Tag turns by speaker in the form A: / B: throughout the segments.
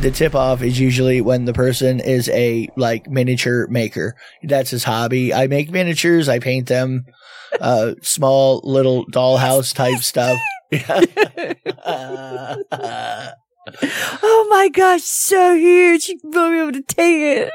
A: the tip off is usually when the person is a like miniature maker. That's his hobby. I make miniatures. I paint them, uh, small little dollhouse type stuff.
B: Oh my gosh, so huge. You won't be able to take it.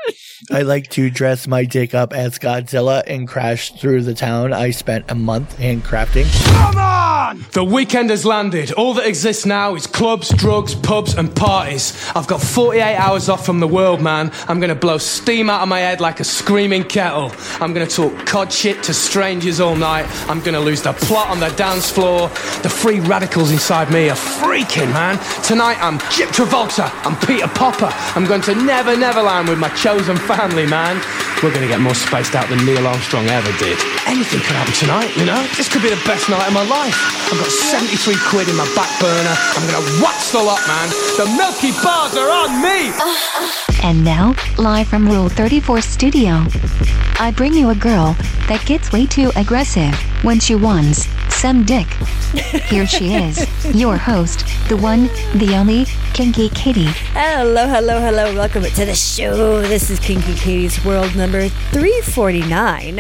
A: I like to dress my dick up as Godzilla and crash through the town. I spent a month handcrafting.
C: Come on! The weekend has landed. All that exists now is clubs, drugs, pubs, and parties. I've got 48 hours off from the world, man. I'm gonna blow steam out of my head like a screaming kettle. I'm gonna talk cod shit to strangers all night. I'm gonna lose the plot on the dance floor. The free radicals inside me are freaking, man. Tonight I'm Chip Travolta. I'm Peter Popper. I'm going to Never Neverland with my chosen family, man. We're gonna get more spaced out than Neil Armstrong ever did. Anything could happen tonight, you know? This could be the best night of my life. I've got 73 quid in my back burner. I'm gonna watch the lot, man. The Milky Bars are on me!
D: And now, live from Rule 34 Studio, I bring you a girl that gets way too aggressive when she wants some dick. Here she is, your host, the one, the only, Kinky Kitty.
B: Hello, hello, hello. Welcome to the show. This is Kinky Katie's World number 349.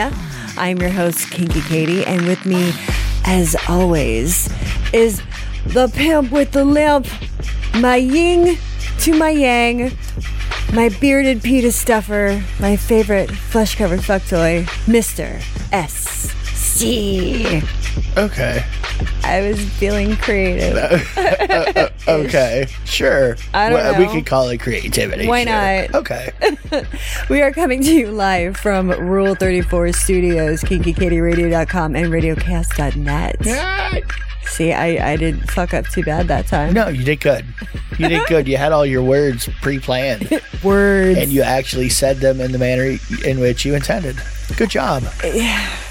B: I'm your host, Kinky Katie, and with me, as always, is the pimp with the limp, my ying to my yang, my bearded pita stuffer, my favorite flesh covered fuck toy, Mr. S. C.
A: Okay.
B: I was feeling creative.
A: Okay. Sure.
B: I don't
A: Well, We
B: know.
A: could call it creativity.
B: Why
A: sure.
B: not?
A: Okay.
B: We are coming to you live from Rule 34 Studios, KinkyKatieRadio.com, and RadioCast.net. See, I, I didn't fuck up too bad that time.
A: No, you did good. You did good. You had all your words pre-planned,
B: Words.
A: and you actually said them in the manner in which you intended. Good job.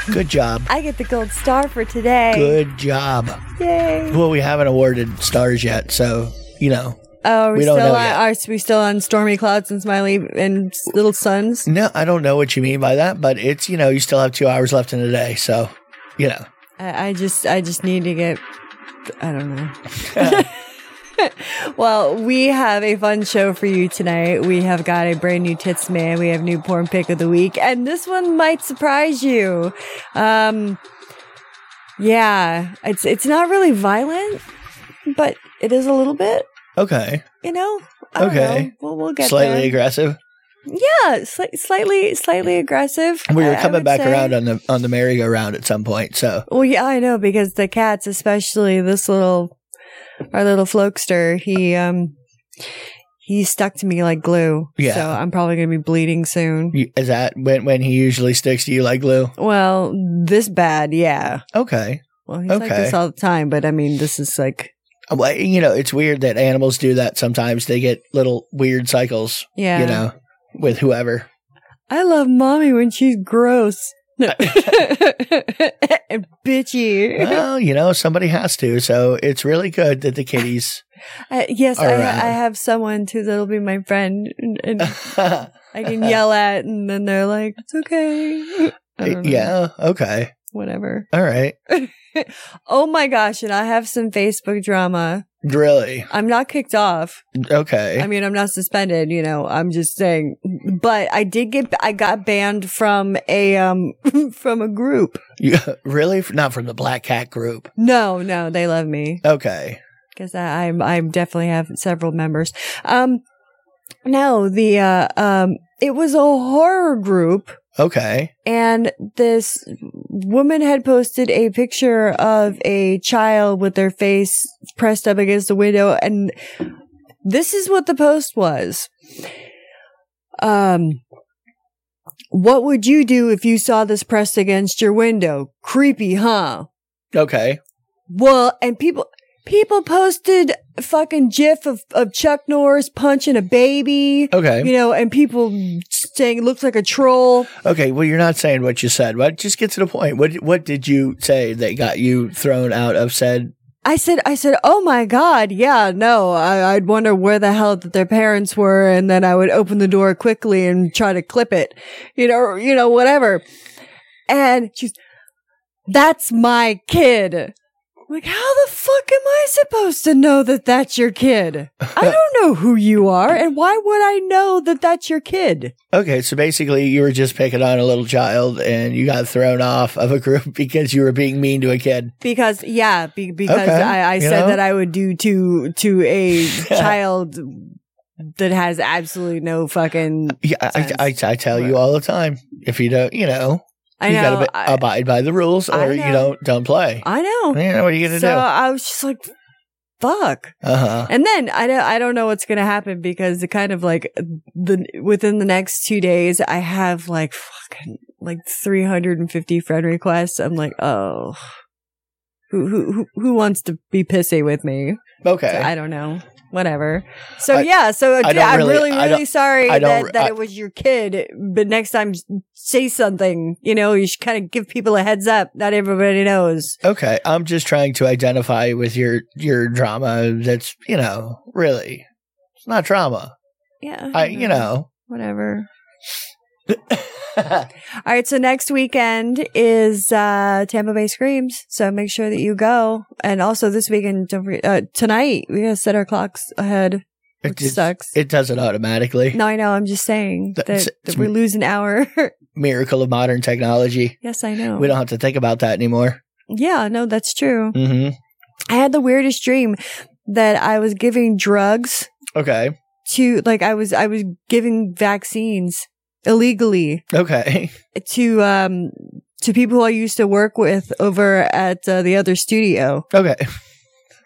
A: Good job.
B: I get the gold star for today.
A: Good job.
B: Yay.
A: Well, we haven't awarded stars yet, so you know.
B: Oh, we're
A: We don't
B: still
A: know
B: on,
A: yet.
B: are we still on Stormy Clouds and Smiley and Little Suns?
A: No, I don't know what you mean by that, but it's you know you still have two hours left in the day, so you know.
B: I, I just I just need to get I don't know. well, we have a fun show for you tonight. We have got a brand new tits man. We have new porn pick of the week, and this one might surprise you. Um, yeah, it's it's not really violent, but it is a little bit.
A: Okay.
B: You know. I don't
A: Okay.
B: know. We'll, we'll get
A: Slightly
B: there.
A: aggressive.
B: yeah, sli- slightly, slightly aggressive.
A: We
B: I-
A: were
B: I
A: coming
B: would
A: back
B: say.
A: around on the on the merry-go-round at some point, so
B: Well, yeah, I know because the cats, especially this little, our little flokester, he um, he stuck to me like glue.
A: Yeah.
B: So I'm probably gonna be bleeding soon.
A: you- is that when when he usually sticks to you like glue?
B: Well, this bad, yeah.
A: Okay.
B: Well, he's like
A: Okay.
B: this all the time, but I mean, this is like,
A: Well, you know, it's weird that animals do that sometimes. They get little weird cycles,
B: yeah.
A: you know, with whoever.
B: I love mommy when she's gross. No. and bitchy.
A: well, you know, somebody has to. So it's really good that the kitties.
B: I, yes, I,
A: All
B: I
A: right.
B: have someone too that'll be my friend, and, and I can yell at, and then they're like, "It's okay." I don't know.
A: yeah. Okay.
B: whatever.
A: All right.
B: Oh my gosh, and I have some Facebook drama.
A: Really.
B: I'm not kicked off.
A: Okay.
B: I mean, I'm not suspended, you know, I'm just saying, but I did get, I got banned from a, um, from a group.
A: You, really? Not from the Black Cat group.
B: No, no, they love me
A: Okay.
B: because I, I'm, I definitely have several members. Um, no, the, uh, um, it was a horror group
A: Okay.
B: and this woman had posted a picture of a child with their face pressed up against the window and this is what the post was um what would you do if you saw this pressed against your window creepy huh
A: Okay.
B: well and people people posted a fucking gif of, of chuck norris punching a baby
A: Okay.
B: you know and people saying it looks like a troll
A: Okay. Well, you're not saying what you said, but just get to the point. What What did you say that got you thrown out of said?
B: I said, I said, oh my God. Yeah, no, I, I'd wonder where the hell that their parents were. And then I would open the door quickly and try to clip it, you know, you know, whatever. And she's, that's my kid. Like, how the fuck am I supposed to know that that's your kid? I don't know who you are, and why would I know that that's your kid?
A: Okay, so basically, you were just picking on a little child, and you got thrown off of a group because you were being mean to a kid.
B: Because yeah, be- because
A: Okay,
B: I, I
A: you
B: said
A: know?
B: that I would do to to a child that has absolutely no fucking.
A: Yeah, I, I, I, I tell you all the time if you don't, you know,
B: I
A: you
B: know.
A: gotta be-
B: I,
A: abide by the rules,
B: I
A: or you
B: know.
A: don't don't play.
B: I know.
A: yeah, what are you gonna
B: So I was just like, fuck.
A: do? Uh huh.
B: And then I don't, I don't know what's going to happen because the kind of like the within the next two days, I have like fucking like 350 friend requests. I'm like, oh, who who who- who wants to be pissy with me?
A: Okay.
B: I don't know. Whatever. So
A: I-
B: yeah, so
A: I don't
B: I'm
A: really-
B: really, really,
A: I don't-
B: sorry
A: I don't-
B: that, that
A: I-
B: it was your kid. But next time, say something. You know, you should kind of give people a heads up. Not everybody knows.
A: okay. I'm just trying to identify with your your drama. That's you know, really, it's not drama.
B: Yeah,
A: I you know.
B: whatever. All right, so next weekend is uh, Tampa Bay Screams, so make sure that you go. And also this weekend, don't forget, uh, tonight we gotta set our clocks ahead,
A: It,
B: which
A: it,
B: sucks.
A: it does it automatically.
B: no, I know. I'm just saying that,
A: That's-
B: that we lose an hour.
A: Miracle of modern technology.
B: yes, I know.
A: We don't have to think about that anymore.
B: yeah, no, that's true.
A: hmm
B: I had the weirdest dream that I was giving drugs
A: Okay.
B: to, like, I was I was giving vaccines illegally
A: Okay.
B: to um to people I used to work with over at uh, the other studio.
A: Okay.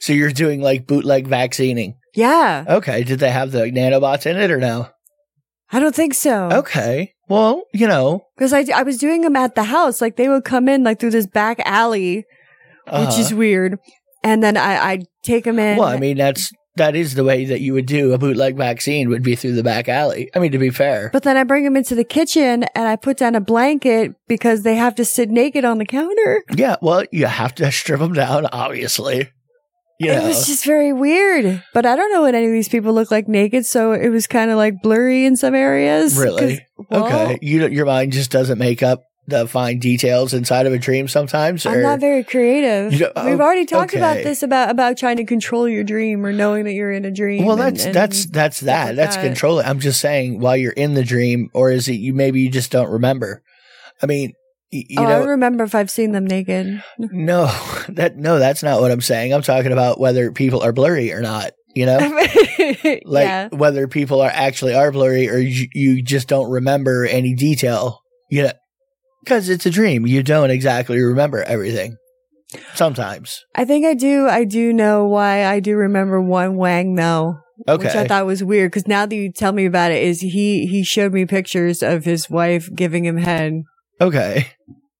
A: so you're doing like bootleg vaccining.
B: Yeah.
A: Okay. Did they have the nanobots in it or no?
B: I don't think so.
A: Okay. Well, you know,
B: Because I, I was doing them at the house. Like they would come in like through this back alley, which
A: uh-huh.
B: is weird. And then I, I'd take them in.
A: well, I mean, that's that is the way that you would do a bootleg vaccine would be through the back alley. I mean, to be fair,
B: but then I bring them into the kitchen and I put down a blanket because they have to sit naked on the counter.
A: yeah. Well, you have to strip them down, obviously. You
B: It
A: know,
B: was just very weird. But I don't know what any of these people look like naked. So it was kind of like blurry in some areas. 'Cause-
A: really.
B: well,
A: okay, you don't- your mind just doesn't make up the fine details inside of a dream sometimes.
B: I'm
A: or-
B: not very creative.
A: You don't-
B: We've
A: oh,
B: already talked about
A: okay.
B: this about about trying to control your dream or knowing that you're in a dream.
A: Well,
B: and-
A: that's
B: and-
A: that's that's that.
B: like
A: that's
B: that.
A: controlling. I'm just saying while you're in the dream, or is it you? Maybe you just don't remember. I mean, y- you
B: oh, I
A: know,
B: don't remember if I've seen them naked.
A: no, that no, that's not what I'm saying. I'm talking about whether people are blurry or not. You know, Oh. like
B: yeah.
A: whether people are actually are blurry or you, you just don't remember any detail. You know, because it's a dream. You don't exactly remember everything. Sometimes,
B: I think I do. I do know why I do remember one Wang though,
A: okay.
B: which I thought was weird because now that you tell me about it, is he he showed me pictures of his wife giving him head.
A: Okay.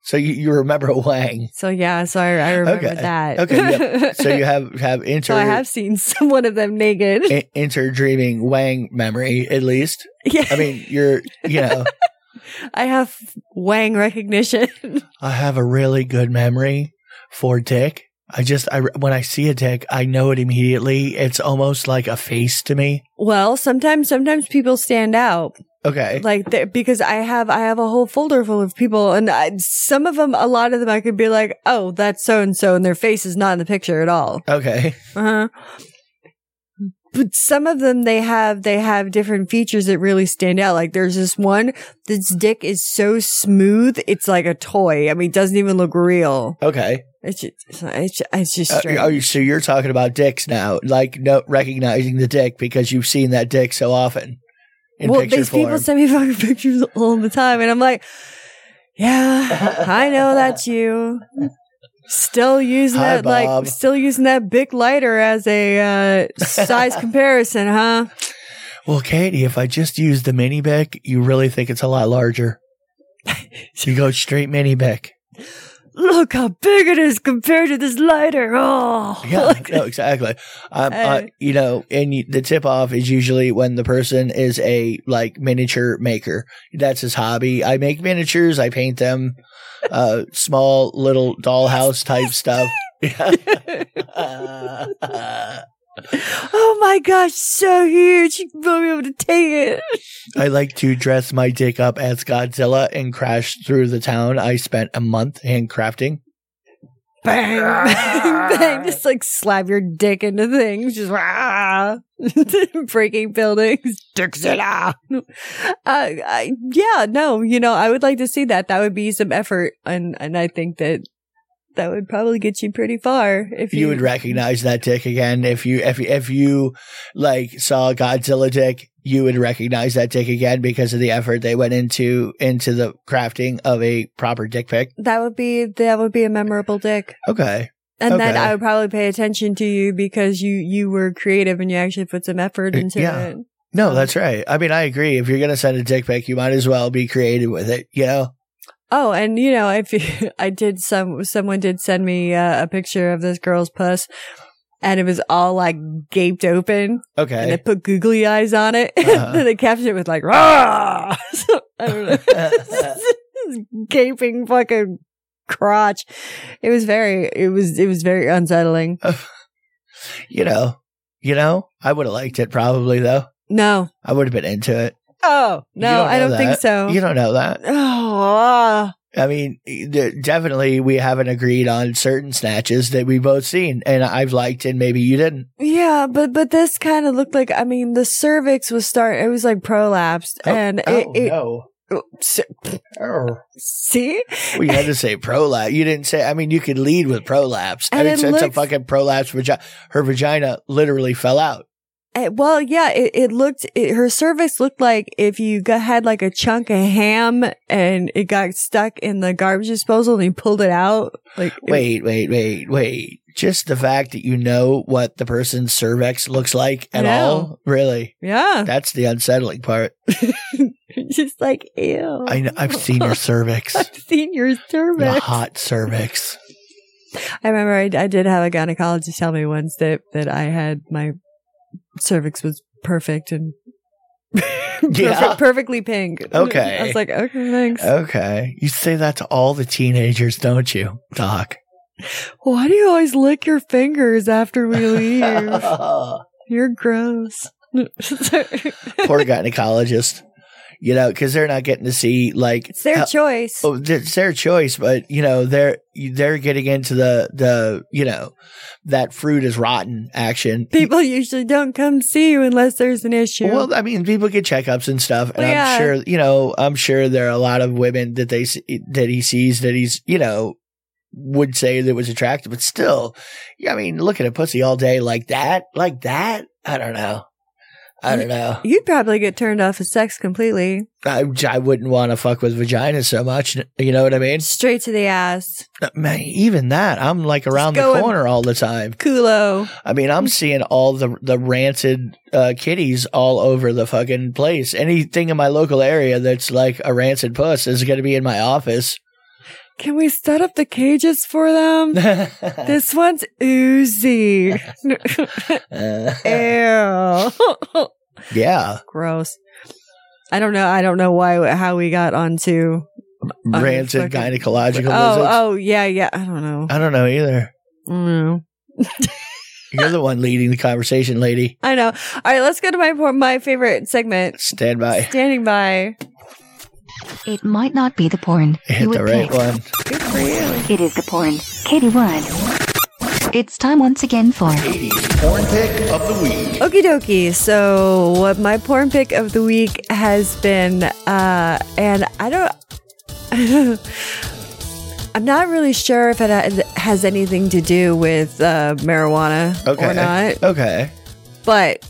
A: So you, you remember Wang.
B: So yeah, so I, I remember
A: Okay.
B: that.
A: Okay, yep. So you have have inter
B: So I have seen some one of them naked.
A: i- interdreaming Wang memory at least.
B: yeah,
A: I mean, you're you know,
B: I have Wang recognition.
A: I have a really good memory for dick. I just I when I see a dick, I know it immediately. It's almost like a face to me.
B: well, sometimes sometimes people stand out.
A: Okay.
B: like they- because I have I have a whole folder full of people, and I, some of them, a lot of them, I could be like, oh, that's so and so, and their face is not in the picture at all.
A: Okay.
B: Uh-huh. But some of them, they have they have different features that really stand out. Like there's this one, this dick is so smooth, it's like a toy. I mean, it doesn't even look real.
A: Okay.
B: It's just, it's just, it's just
A: Uh,
B: strange.
A: are you- so you're talking about dicks now, like no recognizing the dick because you've seen that dick so often in
B: well,
A: picture
B: these
A: form.
B: people send me fucking pictures all the time, and I'm like, yeah, I know that's you. Still using
A: Hi,
B: that,
A: Bob.
B: like, still using that big lighter as a uh, size comparison, huh?
A: Well, Katie, if I just use the mini bic, you really think it's a lot larger. you go straight mini bic.
B: Look how big it is compared to this lighter. Oh,
A: Yeah, no, exactly. Um, uh,
B: Hey.
A: you know, and you, the tip off is usually when the person is a like miniature maker. That's his hobby. I make miniatures. I paint them, uh, small little dollhouse type stuff.
B: oh my gosh, so huge! You won't be able to take it.
A: I like to dress my dick up as Godzilla and crash through the town. I spent a month handcrafting.
B: bang, bang, bang, just like slap your dick into things, just rah, breaking buildings, dicks it out. Uh, I, yeah, no, you know, I would like to see that. That would be some effort, and and I think that that would probably get you pretty far if you,
A: You would recognize that dick again if you if you- if you like saw Godzilla dick. You would recognize that dick again because of the effort they went into into the crafting of a proper dick pic.
B: That would be that would be a memorable dick.
A: Okay,
B: And then
A: Okay.
B: I would probably pay attention to you because you you were creative and you actually put some effort
A: Uh,
B: into
A: yeah.
B: it.
A: no, that's right. I mean, I agree. If you're gonna send a dick pic, you might as well be creative with it. You know,
B: Oh, and you know, if you, I did some, someone did send me uh, a picture of this girl's puss, and it was all like gaped open, and they
A: okay.
B: put googly eyes on it,
A: Uh-huh.
B: and they captioned it with like "rah." So, I don't know, This gaping fucking crotch. It was very, it was, it was very unsettling.
A: you know, you know, I would have liked it probably though.
B: No,
A: I would have been into it.
B: oh
A: You
B: no, I
A: know
B: don't think
A: that.
B: so.
A: You don't know that.
B: Oh,
A: I mean, d- definitely we haven't agreed on certain snatches that we both seen, and I've liked, and maybe you didn't.
B: yeah, but but this kind of looked like I mean the cervix was start. It was like prolapsed,
A: Oh,
B: and it,
A: oh,
B: it
A: no.
B: s-
A: Oh.
B: see,
A: Well, you had to say prolapse. You didn't say. I mean, you could lead with prolapse. I
B: And
A: mean,
B: it
A: since a
B: looks-
A: fucking prolapse vagina, her vagina literally fell out.
B: Uh, well, yeah, it, it looked it, her cervix looked like if you got, had like a chunk of ham and it got stuck in the garbage disposal and you pulled it out. Like it-
A: Wait, wait, wait, wait. Just the fact that you know what the person's cervix looks like at
B: No. Uh.
A: all, really,
B: yeah,
A: that's the unsettling part.
B: just like ew.
A: I know, I've seen your cervix,
B: I've seen your
A: the
B: cervix.
A: hot cervix.
B: I remember I, I did have a gynecologist tell me once that, that I had my cervix was perfect and
A: Yeah.
B: perfect, perfectly pink.
A: Okay. Uh,
B: I was like, okay, thanks.
A: Okay, you say that to all the teenagers, don't you, Doc?
B: Why do you always lick your fingers after we leave?
A: Poor
B: You're gross. it's
A: gynecologist. You know, because they're not getting to see like
B: their
A: how-
B: choice.
A: Oh, it's their choice, but you know they're they're getting into the the you know that fruit is rotten action.
B: People usually don't come see you unless there's an issue.
A: Well, I mean, people get checkups and stuff, and
B: Well, yeah.
A: I'm sure you know. I'm sure there are a lot of women that they see- that he sees that he's you know would say that was attractive, but still, yeah, I mean, looking at pussy all day like that, like that, I don't know. I don't know.
B: You'd probably get turned off of sex completely.
A: I, I wouldn't want to fuck with vaginas so much. You know what I mean?
B: Straight to the ass.
A: Man, even that, I'm like around
B: go
A: the
B: and-
A: corner all the time.
B: Culo.
A: I mean, I'm seeing all the the rancid uh, kitties all over the fucking place. Anything in my local area that's like a rancid puss is going to be in my office.
B: Can we set up the cages for them?
A: Uh,
B: this one's oozy. Ew.
A: yeah,
B: Gross. I don't know. I don't know why, how we got onto.
A: rancid
B: fucking-
A: gynecological
B: Oh,
A: lizards.
B: oh, yeah, yeah. I don't know.
A: I don't know either.
B: I don't know.
A: You're the one leading the conversation, lady.
B: I know. All right, let's go to my por- my favorite segment.
A: Stand by.
B: Standing by.
D: It might not be the porn you
A: Hit
D: would
A: the right
D: pick.
A: one.
B: Good for you.
D: It is the porn. Katie Wood. It's time once again for
A: Porn pick of the week.
B: Okie dokie. So, what my porn pick of the week has been, uh, and I don't. I'm not really sure if it ha- has anything to do with uh, marijuana
A: Okay.
B: or not.
A: Okay.
B: but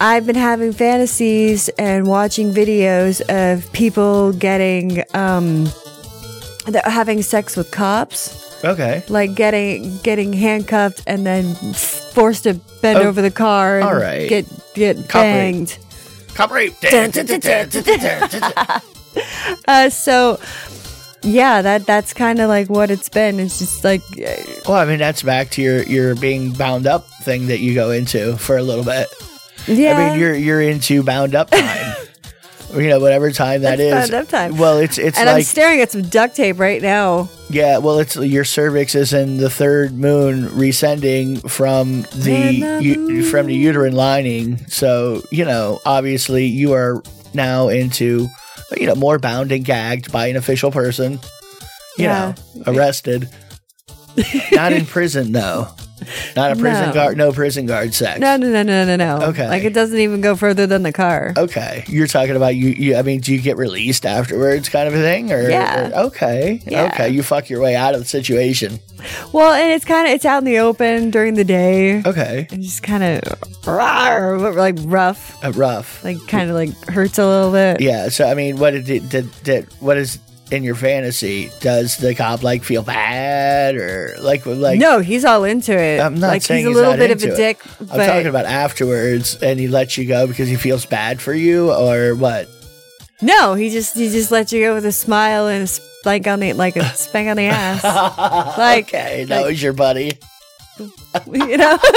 B: I've been having fantasies and watching videos of people getting um that are having sex with cops,
A: Okay.
B: like getting getting handcuffed and then forced to bend
A: Oh,
B: over the car and
A: all right.
B: get get
A: Cop rape.
B: banged.
A: Cop rape.
B: Uh, so yeah, that that's kind of like what it's been. It's just like uh,
A: Well, I mean, that's back to your your being bound up thing that you go into for a little bit.
B: yeah.
A: I mean, you're you're into bound up time. you know, whatever time that
B: That's
A: is.
B: bound up time.
A: Well, it's it's
B: and I'm
A: like
B: staring at some duct tape right now.
A: yeah. Well, it's your cervix is in the third moon rescending from
B: When
A: the
B: the
A: u- from the
B: moon-
A: uterine lining. So you know, obviously, you are now into you know more bound and gagged by an official person. You
B: Yeah.
A: know, arrested. Not in prison though. Not a prison
B: No.
A: guard. No prison guard sex.
B: No, no, no, no, no, no.
A: Okay.
B: Like it doesn't even go further than the car.
A: Okay, you're talking about you, you. I mean, do you get released afterwards, kind of a thing, or
B: Yeah.
A: or- okay,
B: Yeah.
A: okay, you fuck your way out of the situation.
B: Well, and it's kind of it's out in the open during the day.
A: Okay,
B: It's just kind of like rough,
A: Uh, rough.
B: like kind of like hurts a little bit.
A: Yeah. So I mean, what did, did did what is in your fantasy? Does the cop like feel bad or like like?
B: no, he's all into it.
A: I'm not
B: like
A: saying
B: he's a little
A: not
B: bit of
A: into
B: a
A: it.
B: dick,
A: I'm
B: but
A: talking about afterwards, and he lets you go because he feels bad for you, or what?
B: no, he just he just lets you go with a smile and a spank on the like a spank on the ass, like
A: Okay, that
B: like-
A: was your buddy.
B: you know.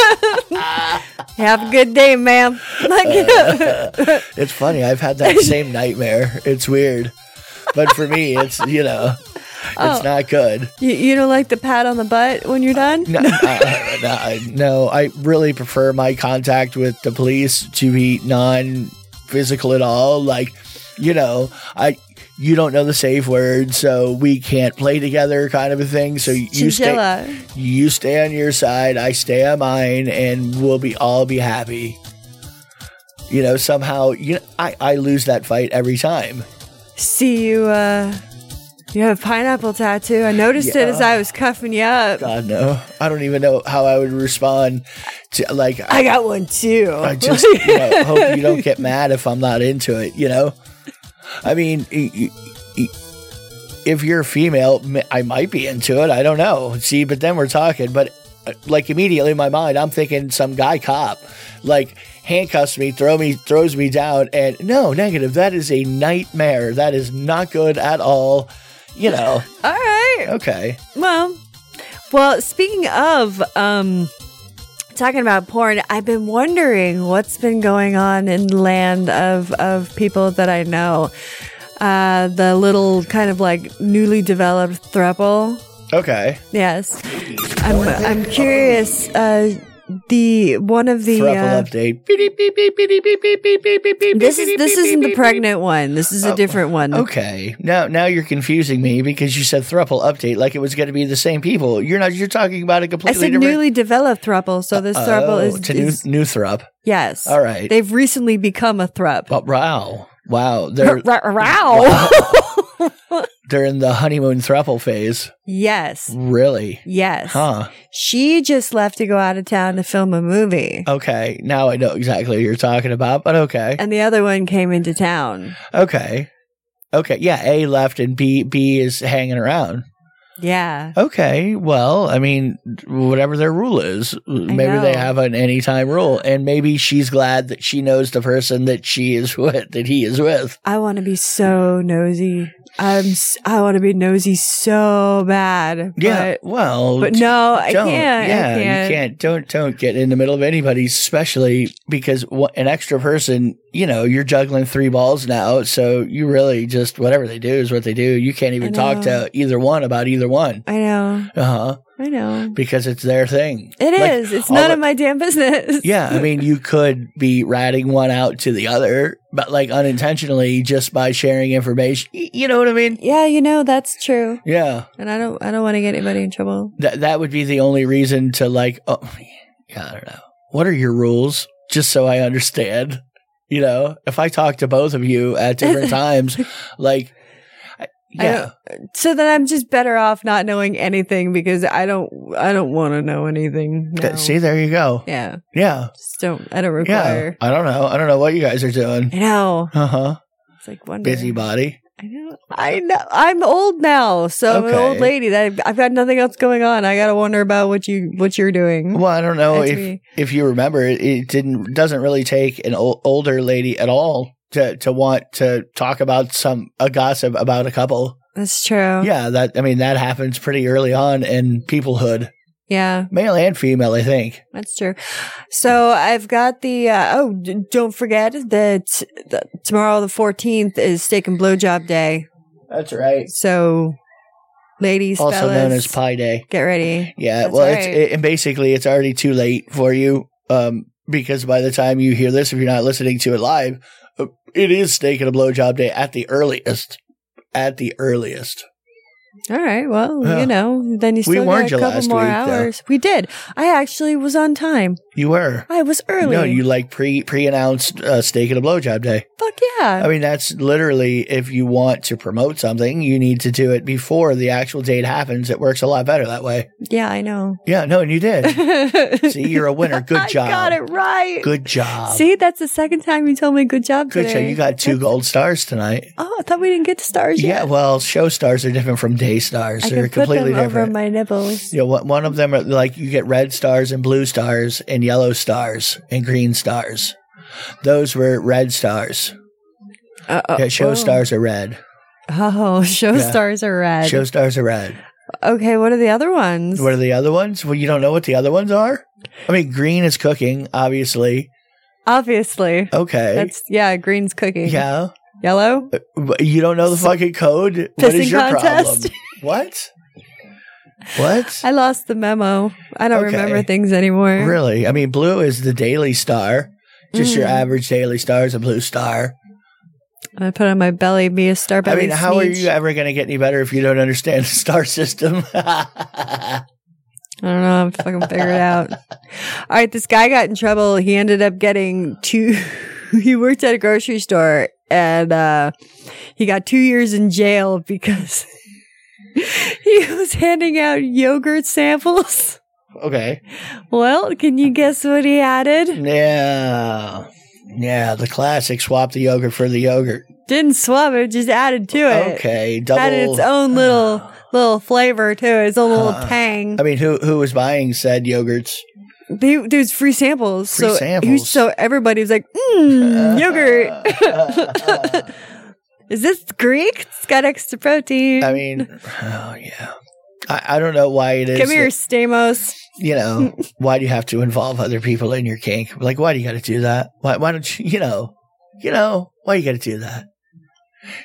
B: Have a good day, ma'am. Like
A: It's funny. I've had that same nightmare. It's weird, but for me, it's you know, it's
B: Oh.
A: not good.
B: you, you don't like the pat on the butt when you're done.
A: No, uh, no, I- no, I really prefer my contact with the police to be non-physical at all. Like, you know, I you don't know the safe word, so we can't play together, kind of a thing. So you stay,
B: Chinchilla.
A: you stay on your side, I stay on mine, and we'll be all be happy. You know, somehow, you know, I I lose that fight every time.
B: See you. uh You have a pineapple tattoo. I noticed it as I was cuffing you up.
A: God no, I don't even know how I would respond to like.
B: I got one too.
A: I just you know, hope you don't get mad if I'm not into it, you know? I mean, y- y- y- if you're a female, m- I might be into it. I don't know. See, but then we're talking, but uh, like immediately in my mind, I'm thinking some guy cop, like handcuffs me, throw me, throws me down, and no, negative. That is a nightmare. That is not good at all. You know,
B: All right.
A: okay.
B: Well, well. Speaking of um, talking about porn, I've been wondering what's been going on in the land of of people that I know. Uh, the little kind of like newly developed thruple.
A: Okay.
B: Yes, I'm. I'm curious. Uh, the one of the
A: Thruple
B: uh,
A: update. Beep, beep, beep, beep, beep, beep, beep, beep, beep, beep, beep,
B: This
A: beep,
B: is this
A: beep,
B: isn't
A: beep,
B: the
A: beep, beep.
B: pregnant one. This is a different one.
A: Okay. Now now you're confusing me because you said thruple update like it was going to be the same people. You're not you're talking about a
B: I
A: completely
B: said
A: different
B: newly developed thruple, so this thruple
A: Oh,
B: is,
A: to new,
B: is-
A: new thrup.
B: yes.
A: All right.
B: They've recently become a thrup.
A: But wow. Wow.
B: Ra-
A: They're
B: ra- Row.
A: they're in the honeymoon thruple phase.
B: yes.
A: Really?
B: Yes.
A: Huh.
B: She just left to go out of town to film a movie.
A: Okay. Now I know exactly what you're talking about, but okay.
B: And the other one came into town.
A: Okay. Okay. Yeah, A left and B B is hanging around.
B: Yeah.
A: Okay. Well, I mean, whatever their rule is, maybe
B: know.
A: they have an anytime rule, and maybe she's glad that she knows the person that she is with, that he is with.
B: I want to be so nosy. I'm s- I want to be nosy so bad.
A: Yeah.
B: But,
A: well,
B: but
A: d-
B: no, I
A: don't.
B: can't.
A: Yeah,
B: I can't.
A: you can't. Don't don't get in the middle of anybody, especially because wha- an extra person. You know, you're juggling three balls now, so you really just whatever they do is what they do. You can't even
B: I
A: talk
B: know.
A: to either one about either one.
B: I know.
A: Uh huh.
B: I know.
A: Because it's their thing.
B: It is.
A: Like,
B: It's
A: all
B: none
A: the-
B: of my damn business.
A: Yeah, I mean, you could be ratting one out to the other, but like unintentionally, just by sharing information. Y- You know what I mean?
B: Yeah, you know that's true.
A: Yeah,
B: And I don't. I don't want to get anybody in trouble.
A: that that would be the only reason to like. Oh, yeah, I don't know. What are your rules? Just so I understand. You know, if I talk to both of you at different times, like, I-
B: I
A: yeah,
B: So then I'm just better off not knowing anything because I don't. I don't want to know anything.
A: Th-
B: now.
A: see, there you go.
B: Yeah.
A: Yeah,
B: Just don't. I don't
A: yeah.
B: require.
A: I don't know. I don't know what you guys are doing.
B: I know.
A: Uh huh.
B: It's like one
A: Busybody.
B: I know. I know. I'm old now, so I'm an
A: Okay.
B: old lady. That I've got nothing else going on. I gotta wonder about what you what you're doing.
A: Well, I don't know
B: That's
A: if
B: me.
A: if you remember, it, it didn't doesn't really take an ol- older lady at all to to want to talk about some a gossip about a couple.
B: That's true.
A: Yeah, that I mean that happens pretty early on in peoplehood,
B: Yeah.
A: male and female. I think.
B: That's true. So I've got the uh, oh, d- don't forget that the, tomorrow the fourteenth is steak and blowjob day.
A: That's right.
B: So, ladies,
A: Also known
B: fellas,
A: as Pi Day.
B: get ready.
A: Yeah.
B: That's
A: well, it's
B: right.
A: it, and basically it's already too late for you. Um, because by the time you hear this, if you're not listening to it live, uh, it is steak and a blowjob day at the earliest. At the earliest.
B: All right. Well,
A: Yeah.
B: you know, then you still
A: warned
B: got
A: you
B: a couple
A: last
B: more
A: week, though.
B: hours. We did. I actually was on time.
A: You were.
B: I was early.
A: No, you like pre pre announced uh, steak and a blowjob day.
B: Fuck yeah.
A: I mean, that's literally if you want to promote something, you need to do it before the actual date happens. It works a lot better that way.
B: yeah, I know.
A: Yeah, no, and you did. See, you're a winner. Good job.
B: I got it right.
A: Good job.
B: See, that's the second time you told me good job
A: Good
B: today.
A: job. You got two gold stars tonight.
B: Oh, I thought we didn't get to stars
A: Yeah,
B: yet.
A: well, show stars are different from day stars.
B: I
A: They're
B: can put them
A: completely
B: over
A: different.
B: my nipples.
A: you know, one- one of them are like you get red stars and blue stars and yellow stars and green stars. Those were red stars.
B: Uh-oh.
A: Yeah, show
B: Oh.
A: stars are red.
B: Oh, show
A: Yeah.
B: stars are red.
A: Show stars are red.
B: okay, what are the other ones?
A: What are the other ones? Well, you don't know what the other ones are. I mean, green is cooking, obviously.
B: Obviously.
A: Okay,
B: That's yeah, green's cooking.
A: yeah.
B: Yellow?
A: But you don't know the fucking code. What
B: Pissing
A: is your
B: contest.
A: problem? What? What?
B: I lost the memo. I don't
A: Okay.
B: remember things anymore.
A: Really? I mean, blue is the daily star. Just your
B: Mm.
A: average daily star is a blue star.
B: I put on my belly, be a star
A: I
B: belly.
A: mean, how are
B: sneeze.
A: you ever going to get any better if you don't understand the star system?
B: I don't know. I'm fucking figured it out. All right, this guy got in trouble. He ended up getting two. he worked at a grocery store and uh, he got two years in jail because he was handing out yogurt samples.
A: okay.
B: Well, can you guess what he added?
A: Yeah. Yeah, the classic swap the yogurt for the yogurt.
B: Didn't swab it, just added to it.
A: Okay,
B: Added its
A: double.
B: own little little flavor to it, its own little tang.
A: I mean, who who was buying said yogurts?
B: They, there was free samples.
A: Free
B: so
A: samples.
B: he was- so everybody was like, mm, yogurt. Is this Greek? It's got extra protein.
A: I mean, oh yeah. I, I don't know why it is.
B: Come here,
A: that-
B: Stamos.
A: you know, why do you have to involve other people in your kink? Like, why do you got to do that? Why, why don't you, you know, you know, why you got to do that?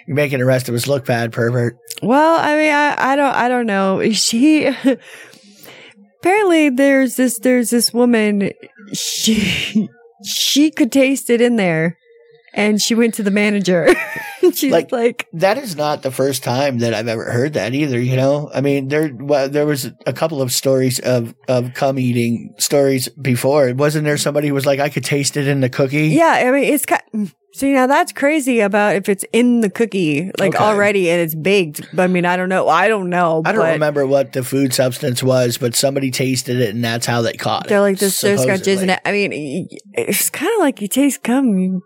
A: You're making the rest of us look bad, pervert.
B: Well, I mean, I, I don't, I don't know. She apparently there's this, there's this woman. She, she could taste it in there, and she went to the manager. She's like,
A: Like- That is not the first time that I've ever heard that either. You know, I mean, there well, there was a couple of stories of of cum eating stories before. Wasn't there somebody who was like, I could taste it in the cookie?
B: yeah. I mean, it's got. See now that's crazy about if it's in the cookie like
A: Okay.
B: already and it's baked. But I mean, I don't know. I don't know.
A: I don't
B: but-
A: remember what the food substance was, but somebody tasted it, and that's how they caught it.
B: They're like this. There's got jizz in
A: supposedly.
B: it. I mean, y- y- it's kind of like you taste cum. You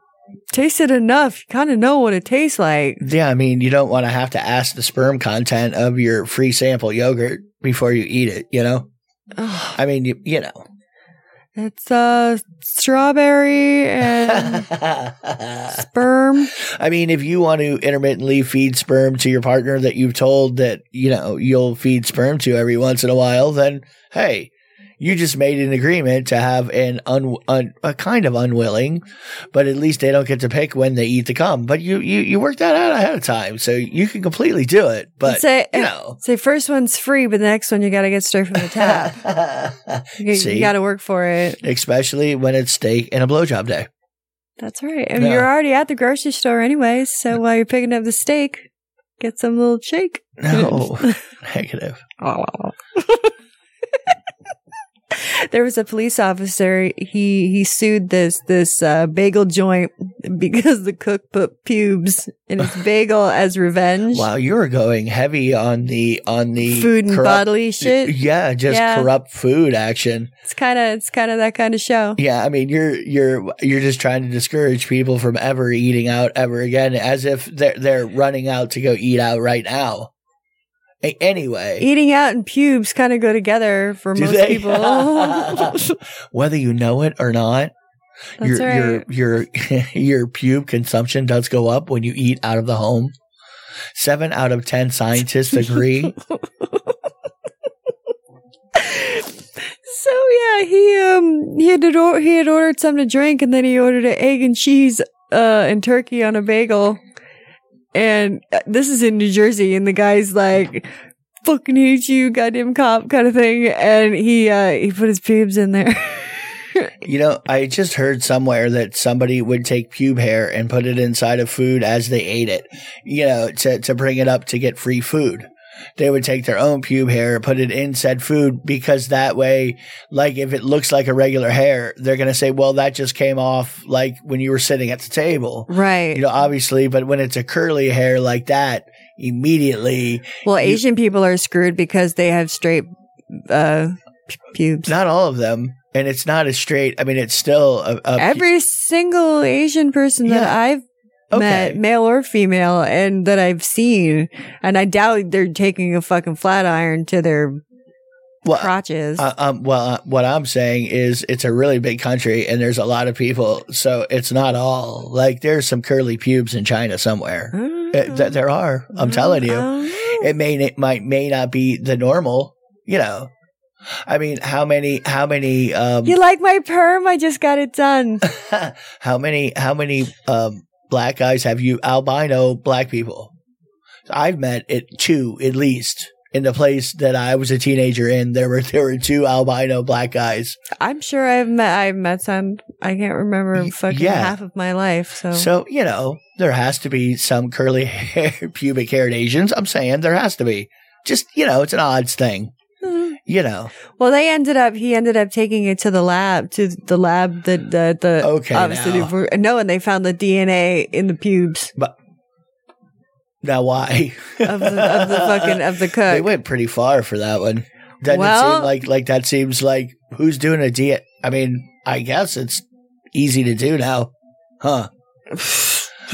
B: taste it enough. You kind of know what it tastes like.
A: Yeah, I mean, you don't want to have to ask the sperm content of your free sample yogurt before you eat it, you know?
B: Ugh.
A: I mean, you, you know.
B: It's uh strawberry and
A: I
B: sperm.
A: mean, if you want to intermittently feed sperm to your partner that you've told that, you know, you'll feed sperm to every once in a while, then hey, you just made an agreement to have an un, un a kind of unwilling, but at least they don't get to pick when they eat the cum. But you you you work that out ahead of time, so you can completely do it. But
B: say,
A: you know,
B: say first one's free, but the next one you got to get straight from the tap. You,
A: See?
B: got to work for it.
A: especially when it's steak and a blowjob day.
B: That's right. And
A: Yeah.
B: you're already at the grocery store anyway. So while you're picking up the steak, get some little shake.
A: No, negative.
B: there was a police officer. He he sued this this uh, bagel joint because the cook put pubes in his bagel as revenge.
A: Wow, you were going heavy on the on the
B: Food and
A: corrupt-
B: bodily shit.
A: Yeah, just
B: Yeah.
A: corrupt food action.
B: It's kind of it's kind of that kind of show.
A: Yeah, I mean you're you're you're just trying to discourage people from ever eating out ever again, as if they're they're running out to go eat out right now. A- anyway,
B: Eating out and pubes kind of go together for most people. That's
A: whether you know it or not, your,
B: right.
A: your your your pube consumption does go up when you eat out of the home. Seven out of ten scientists agree.
B: So yeah, he um he had or- he had ordered some to drink, and then he ordered an egg and cheese uh and turkey on a bagel. And uh, this is in New Jersey, and the guy's like, "Fucking hate you, goddamn cop," kind of thing. And he uh he put his pubes in there.
A: you know, I just heard somewhere that somebody would take pube hair and put it inside of food as they ate it. You know, to to bring it up to get free food. they would take their own pube hair, put it in said food because that way, like if it looks like a regular hair, they're going to say, well, that just came off like when you were sitting at the table.
B: Right.
A: You know, obviously, but when it's a curly hair like that, immediately,
B: well, Asian people are screwed because they have straight uh, p- pubes.
A: not all of them, and it's not as straight. I mean, it's still a, a
B: Every single Asian person that
A: Yeah.
B: I've met, male or female, and that I've seen, and I doubt they're taking a fucking flat iron to their
A: well,
B: crotches.
A: Uh, um, well, uh, what I'm saying is it's a really big country and there's a lot of people, so it's not all like there's some curly pubes in China somewhere.
B: Oh. Mm.
A: Uh, th- there are. I'm telling you, it may it might may not be the normal. You know, I mean, how many how many um
B: You like my perm? I just got it done.
A: how many how many um black guys have you albino black people? I've met it two at least. In the place that I was a teenager in, there were there were two albino black guys.
B: I'm sure I've met I've met some. I can't remember
A: Y-
B: fucking
A: yeah.
B: half of my life. So,
A: So, you know, there has to be some curly hair, pubic haired Asians. I'm saying there has to be. Just, you know, it's an odds thing.
B: Mm.
A: You know,
B: well, they ended up. He ended up taking it to the lab to the lab that the the
A: Okay,
B: obviously
A: now.
B: they- no, and they found the DNA in the pubes
A: but now why?
B: of the, of the fucking of the
A: They
B: cook.
A: went pretty far for that one. Doesn't it
B: Well-
A: seem like, like that seems like who's doing a diet? I mean, I guess it's easy to do now. Huh.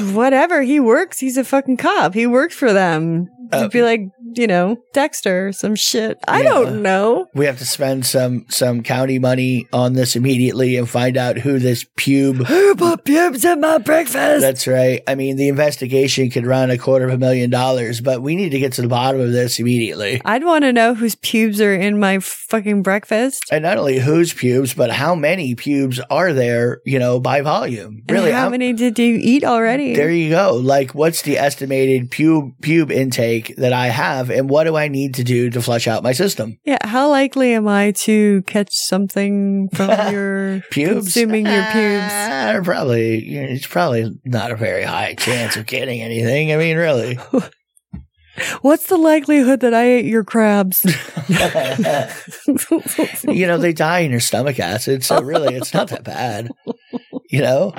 B: Whatever he works, he's a fucking cop. He works for them.
A: Oh.
B: It'd be like you know Dexter or some shit. I
A: Yeah.
B: don't know.
A: We have to spend some, some county money on this immediately and find out who this pube
B: Who put pubes in my breakfast?
A: That's right. I mean, the investigation could run a quarter of a million dollars, but we need to get to the bottom of this immediately.
B: I'd want to know whose pubes are in my fucking breakfast.
A: And not only whose pubes, but how many pubes are there, you know, by volume?
B: And
A: Really?
B: how
A: how-
B: many did you eat already?
A: There you go. Like, what's the estimated pube, pube intake that I have, and what do I need to do to flush out my system?
B: yeah, how likely am I to catch something from your
A: Pubes?
B: consuming your pubes?
A: Ah, probably, you know, it's probably not a very high chance of getting anything. I mean, really.
B: What's the likelihood that I ate your crabs?
A: you know, they die in your stomach acid. So really, it's not that bad. You know,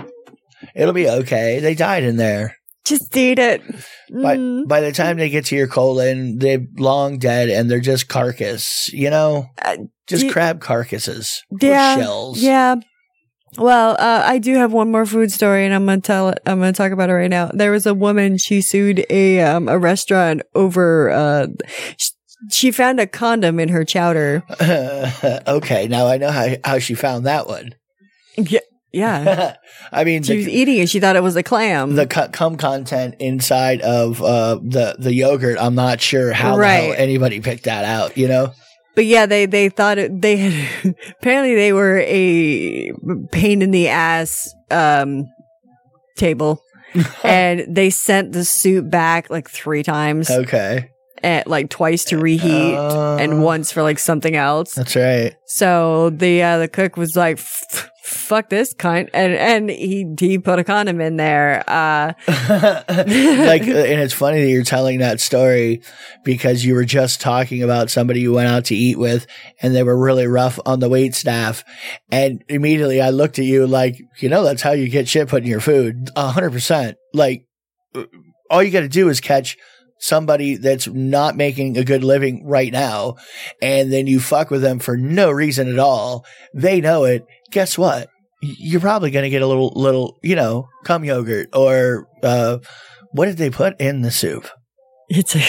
A: it'll be okay. They died in there.
B: Just eat it.
A: By,
B: Mm.
A: by the time they get to your colon, they're long dead and they're just carcass, you know?
B: Uh,
A: Just
B: do-
A: crab carcasses or
B: Yeah,
A: shells.
B: Yeah. Well, uh, I do have one more food story, and I'm gonna tell it. I'm gonna talk about it right now. There was a woman. She sued a um, a restaurant over. Uh, sh- she found a condom in her chowder.
A: okay, now I know how, how she found that one.
B: Yeah, yeah.
A: I mean,
B: She was
A: the,
B: eating it. She thought it was a clam.
A: the cu- cum content inside of uh, the, the yogurt, I'm not sure how the hell
B: Right.
A: anybody picked that out, you know?
B: but yeah, they they thought it. They had apparently they were a pain in the ass um table, and they sent the suit back like three times,
A: Okay.
B: at, like twice to reheat.
A: Uh,
B: and once for like something else.
A: That's right.
B: So the uh, the cook was like, "F- "Fuck this cunt," and and he he put a condom in there. Uh,
A: like, uh, and it's funny that you're telling that story because you were just talking about somebody you went out to eat with, and they were really rough on the wait staff. And immediately, I looked at you like, you know, that's how you get shit put in your food, hundred percent. Like, uh, all you got to do is catch somebody that's not making a good living right now, and then you fuck with them for no reason at all. They know it. Guess what? you're probably going to get a little little you know cum yogurt or uh what did they put in the soup
B: it's a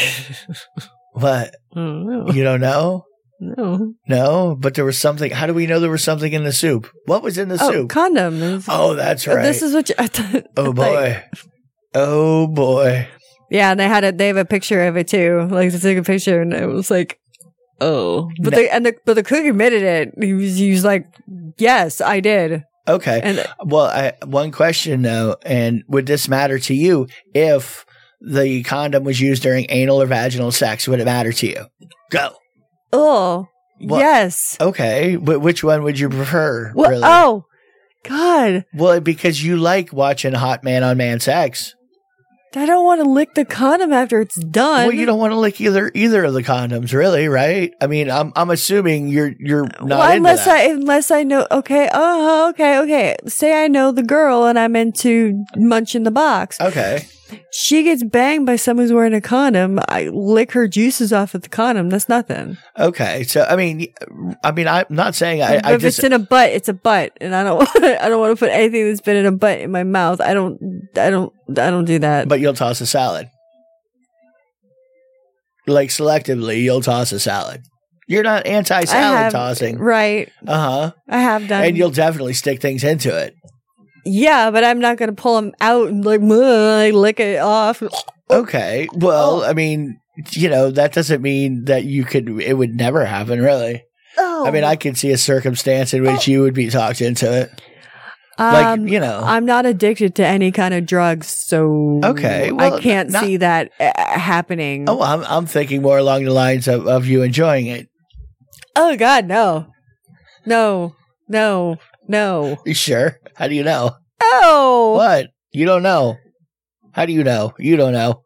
A: what
B: no,
A: you don't know
B: no.
A: no but there was something how do we know there was something in the soup what was in the
B: oh
A: soup
B: condom. This-
A: oh that's right
B: This is what you, I thought-
A: oh
B: like-
A: boy oh boy
B: yeah, and they had a they have a picture of it too. Like they took a picture, and it was like, oh, but
A: No.
B: they and the but the cook admitted it. He was he was like, yes, I did.
A: okay
B: And
A: well I, one question though and would this matter to you if the condom was used during anal or vaginal sex would it matter to you go
B: oh,
A: What?
B: yes.
A: okay but which one would you prefer
B: What?
A: really?
B: Oh, God.
A: Well, because you like watching hot man on man sex.
B: I don't want to lick the condom after it's done.
A: Well, you don't want to lick either either of the condoms, really, right? I mean, I'm I'm assuming you're you're not
B: Well,
A: into
B: unless
A: that.
B: I unless I know okay, oh okay, okay. Say I know the girl and I'm into munching the box.
A: okay,
B: She gets banged by someone who's wearing a condom. I lick her juices off of the condom. That's nothing.
A: okay. So I mean, I mean, I'm not saying I,
B: if
A: I
B: if
A: just
B: it's in a butt, it's a butt, and I don't I don't want to put anything that's been in a butt in my mouth. I don't I don't I don't do that.
A: but you'll toss a salad. Like selectively, you'll toss a salad. You're not anti
B: I
A: salad
B: have- um,
A: tossing.
B: right?
A: Uh huh.
B: I have done.
A: And you'll definitely stick things into it.
B: yeah, but I'm not gonna pull them out and like "Ugh," lick it off. Oh.
A: Okay. Well, I mean, you know, that doesn't mean that you could, it would never happen, really.
B: Oh.
A: I mean, I could see a circumstance in which you would be talked into it. Like,
B: Um,
A: you know.
B: I'm not addicted to any kind of drugs, so
A: Okay, well,
B: I can't
A: not-
B: see that uh, happening.
A: oh,
B: Oh,
A: I'm, I'm thinking more along the lines of, of you enjoying it.
B: Oh, God, no, no, no, no.
A: You sure? How do you know?
B: Oh,
A: What? You don't know. How do you know? You don't know.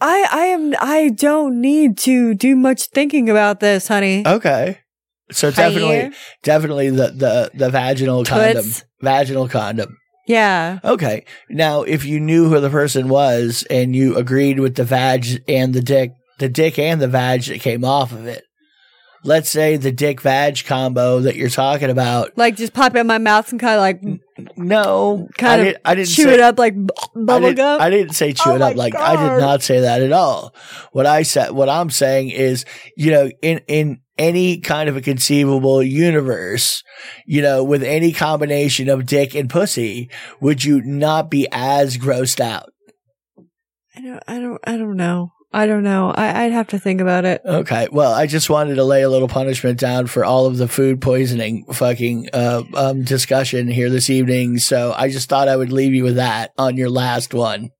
B: I, I am, I don't need to do much thinking about this, honey.
A: Okay. So
B: Hi.
A: Oh, definitely, definitely the, the, the vaginal condom.
B: Toots.
A: Vaginal condom.
B: Yeah,
A: Okay. Now, if you knew who the person was and you agreed with the vag and the dick, the dick and the vag that came off of it, let's say the dick vag combo that you're talking about.
B: like just pop it in my mouth and kind of like
A: No,
B: kind
A: I,
B: of
A: didn't, I didn't
B: chew
A: say,
B: it up like bu-
A: I
B: bubble
A: didn't,
B: gum.
A: I didn't say chew
B: Oh
A: it up.
B: my
A: Like I
B: God.
A: did not say that at all. What I said, what I'm saying is, you know, in in any kind of a conceivable universe, you know, with any combination of dick and pussy, would you not be as grossed out?
B: I don't, I don't, I don't know. I don't know. I, I'd have to think about it.
A: Okay. Well, I just wanted to lay a little punishment down for all of the food poisoning fucking uh, um, discussion here this evening. So I just thought I would leave you with that on your last one.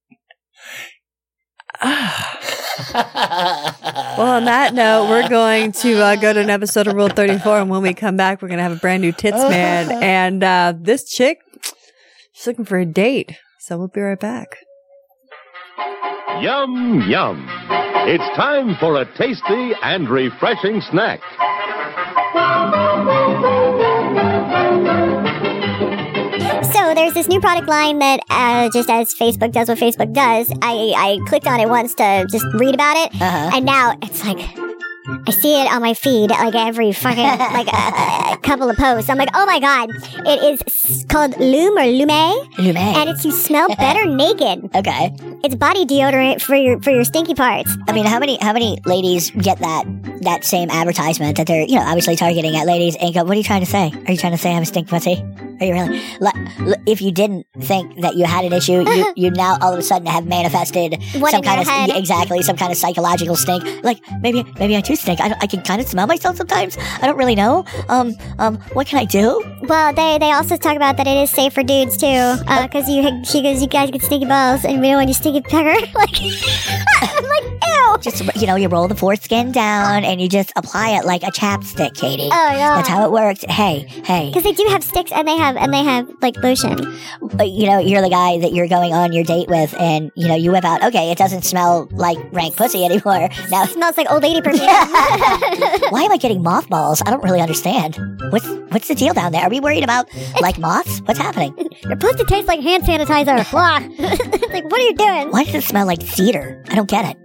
B: Well,
A: well,
B: on that note, we're going to uh, go to an episode of Rule 34. And when we come back, we're going to have a brand new Tits Man. And uh, this chick, she's looking for a date. So we'll be right back.
E: Yum, yum. It's time for a tasty and refreshing snack.
F: So there's this new product line that uh, just as Facebook does what Facebook does, I, I clicked on it once to just read about it, and now it's like I see it on my feed like every fucking like a, a couple of posts. I'm like, oh my god, it is s- called Lume or Lume, and
G: Lume.
F: it's you smell better naked.
G: Okay.
F: It's body deodorant for your for your stinky parts.
G: I mean, how many how many ladies get that that same advertisement that they're you know obviously targeting at ladies and go, "What are you trying to say? Are you trying to say I'm a stink pussy? Are you really?" Li- li- if you didn't think that you had an issue, you, you now all of a sudden have manifested
F: What in your
G: some eh. kind of
F: head?
G: yeah, exactly some kind of psychological stink. Like maybe maybe I do stink. I, don't- I can kind of smell myself sometimes. I don't really know. Um um, what can I do?
F: Well, they they also talk about that it is safe for dudes too, because you she goes, you guys get stinky balls, and we don't want your stinky pecker. like, I'm like, ew.
G: Just you know, you roll the foreskin down and you just apply it like a chapstick, Katie.
F: Oh no.
G: That's how it works. Hey, hey.
F: Because they do have sticks and they have and they have like lotion.
G: But, uh, you know, you're the guy that you're going on your date with, and you know, you whip out. Okay, it doesn't smell like rank pussy anymore. Now,
F: It smells like old lady perfume.
G: why am I getting mothballs? I don't really understand. What's what's the deal down there? Are we worried about like moths? What's happening?
F: You're supposed to taste like hand sanitizer. Blah. It's like, what are you doing?
G: Why does it smell like cedar? I don't get it.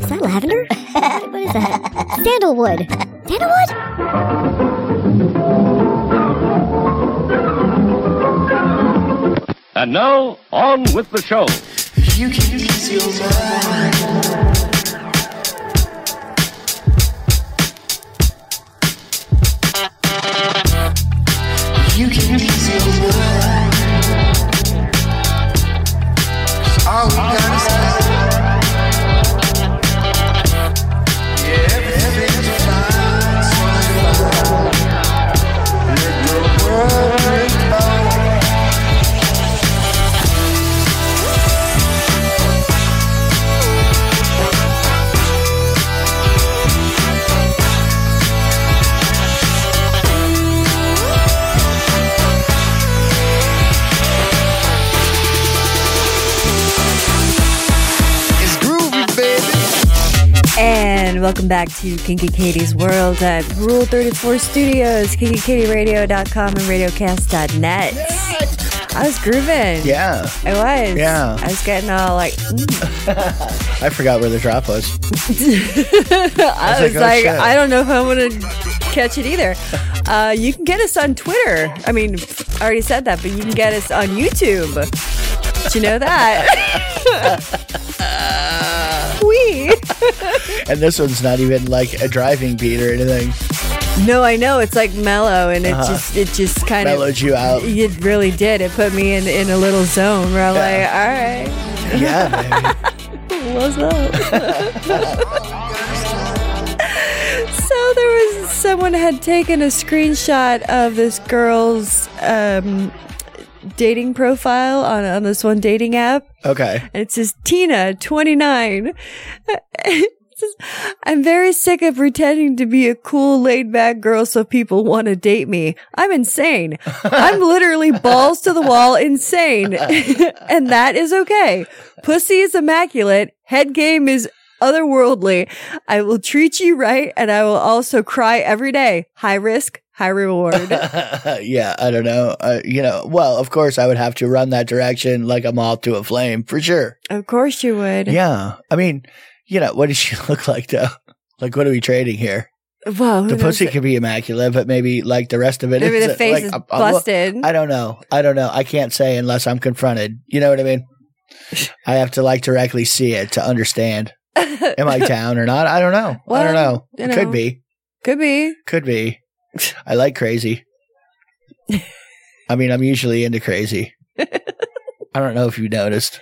F: Is that lavender? what is that? Sandalwood. Sandalwood?
E: And now, on with the show.
H: All we got is us. Yeah, everything's fine. So it's fine. Let your world break down.
B: everyone. Welcome back to Kinky Katie's World at Rule 34 Studios, kinkykatieradio.com, and radiocast.net. I was grooving.
A: Yeah.
B: I was.
A: Yeah.
B: I was getting all like,
A: I forgot where the drop was.
B: I
A: was
B: was
A: like, oh,
B: like,
A: shit.
B: I don't know if I'm going to catch it either. Uh, you can get us on Twitter. I mean, I already said that, but you can get us on YouTube. Did you know that? we.
A: And this one's not even like a driving beat or anything.
B: No, I know it's like mellow, and it
A: Uh-huh.
B: just it just kind
A: Mellowed
B: of
A: you out.
B: It really did. It put me in in a little zone where I'm like, all right,
A: Yeah, baby.
B: what's up? so there was someone had taken a screenshot of this girl's um, dating profile on on this one dating app,
A: Okay.
B: and it says Tina, 29. It says, I'm very sick of pretending to be a cool, laid back girl so people want to date me. I'm insane. I'm literally balls to the wall insane. and that is okay. Pussy is immaculate. Head game is otherworldly. I will treat you right and I will also cry every day. High risk, high reward.
A: yeah, I don't know. Uh, you know, well, of course, I would have to run that direction like a moth to a flame for sure.
B: of course you would.
A: Yeah. I mean, you know, what does she look like though? Like, what are we trading here?
B: Whoa. who
A: The
B: knows?
A: pussy could be immaculate, but maybe like the rest of it.
B: Maybe the
A: isn't.
B: face
A: Like,
B: is
A: a- a look-
B: busted.
A: I don't know. I don't know. I can't say unless I'm confronted. You know what I mean? I have to like directly see it to understand. Am I down or not? I don't know. I
B: Well,
A: don't know.
B: you
A: It
B: know.
A: Could be.
B: Could be.
A: Could be. I like crazy. I mean, I'm usually into crazy. I don't know if you noticed.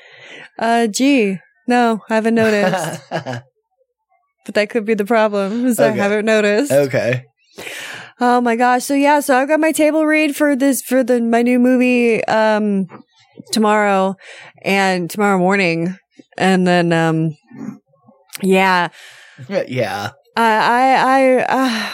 B: Uh, gee, no, I haven't noticed.
A: okay.
B: but that could be the problem. Is I
A: Okay.
B: haven't noticed. Oh my gosh! So yeah, so I've got my table read for this for the my new movie um tomorrow and tomorrow morning, and then um yeah,
A: Yeah.
B: I I I. Uh,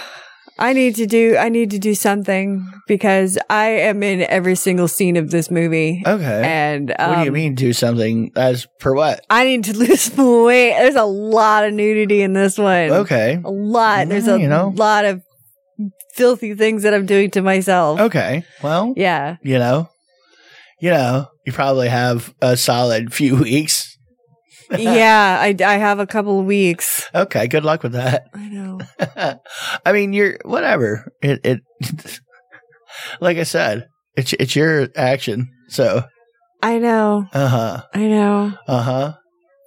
B: I need to do I need to do something because I am in every single scene of this movie.
A: Okay.
B: And um,
A: what do you mean do something as per what?
B: I need to lose some weight. There's a lot of nudity in this one.
A: Okay.
B: a lot. There's
A: Yeah,
B: a
A: you know.
B: lot of filthy things that I'm doing to myself.
A: Okay. Well,
B: Yeah.
A: you know, you know, you probably have a solid few weeks.
B: Yeah. I, I have a couple of weeks.
A: Okay. Good luck with that.
B: I know.
A: I mean, you're whatever. It, it, like I said, it's, it's your action. So,
B: I know.
A: uh huh.
B: I know.
A: Uh huh.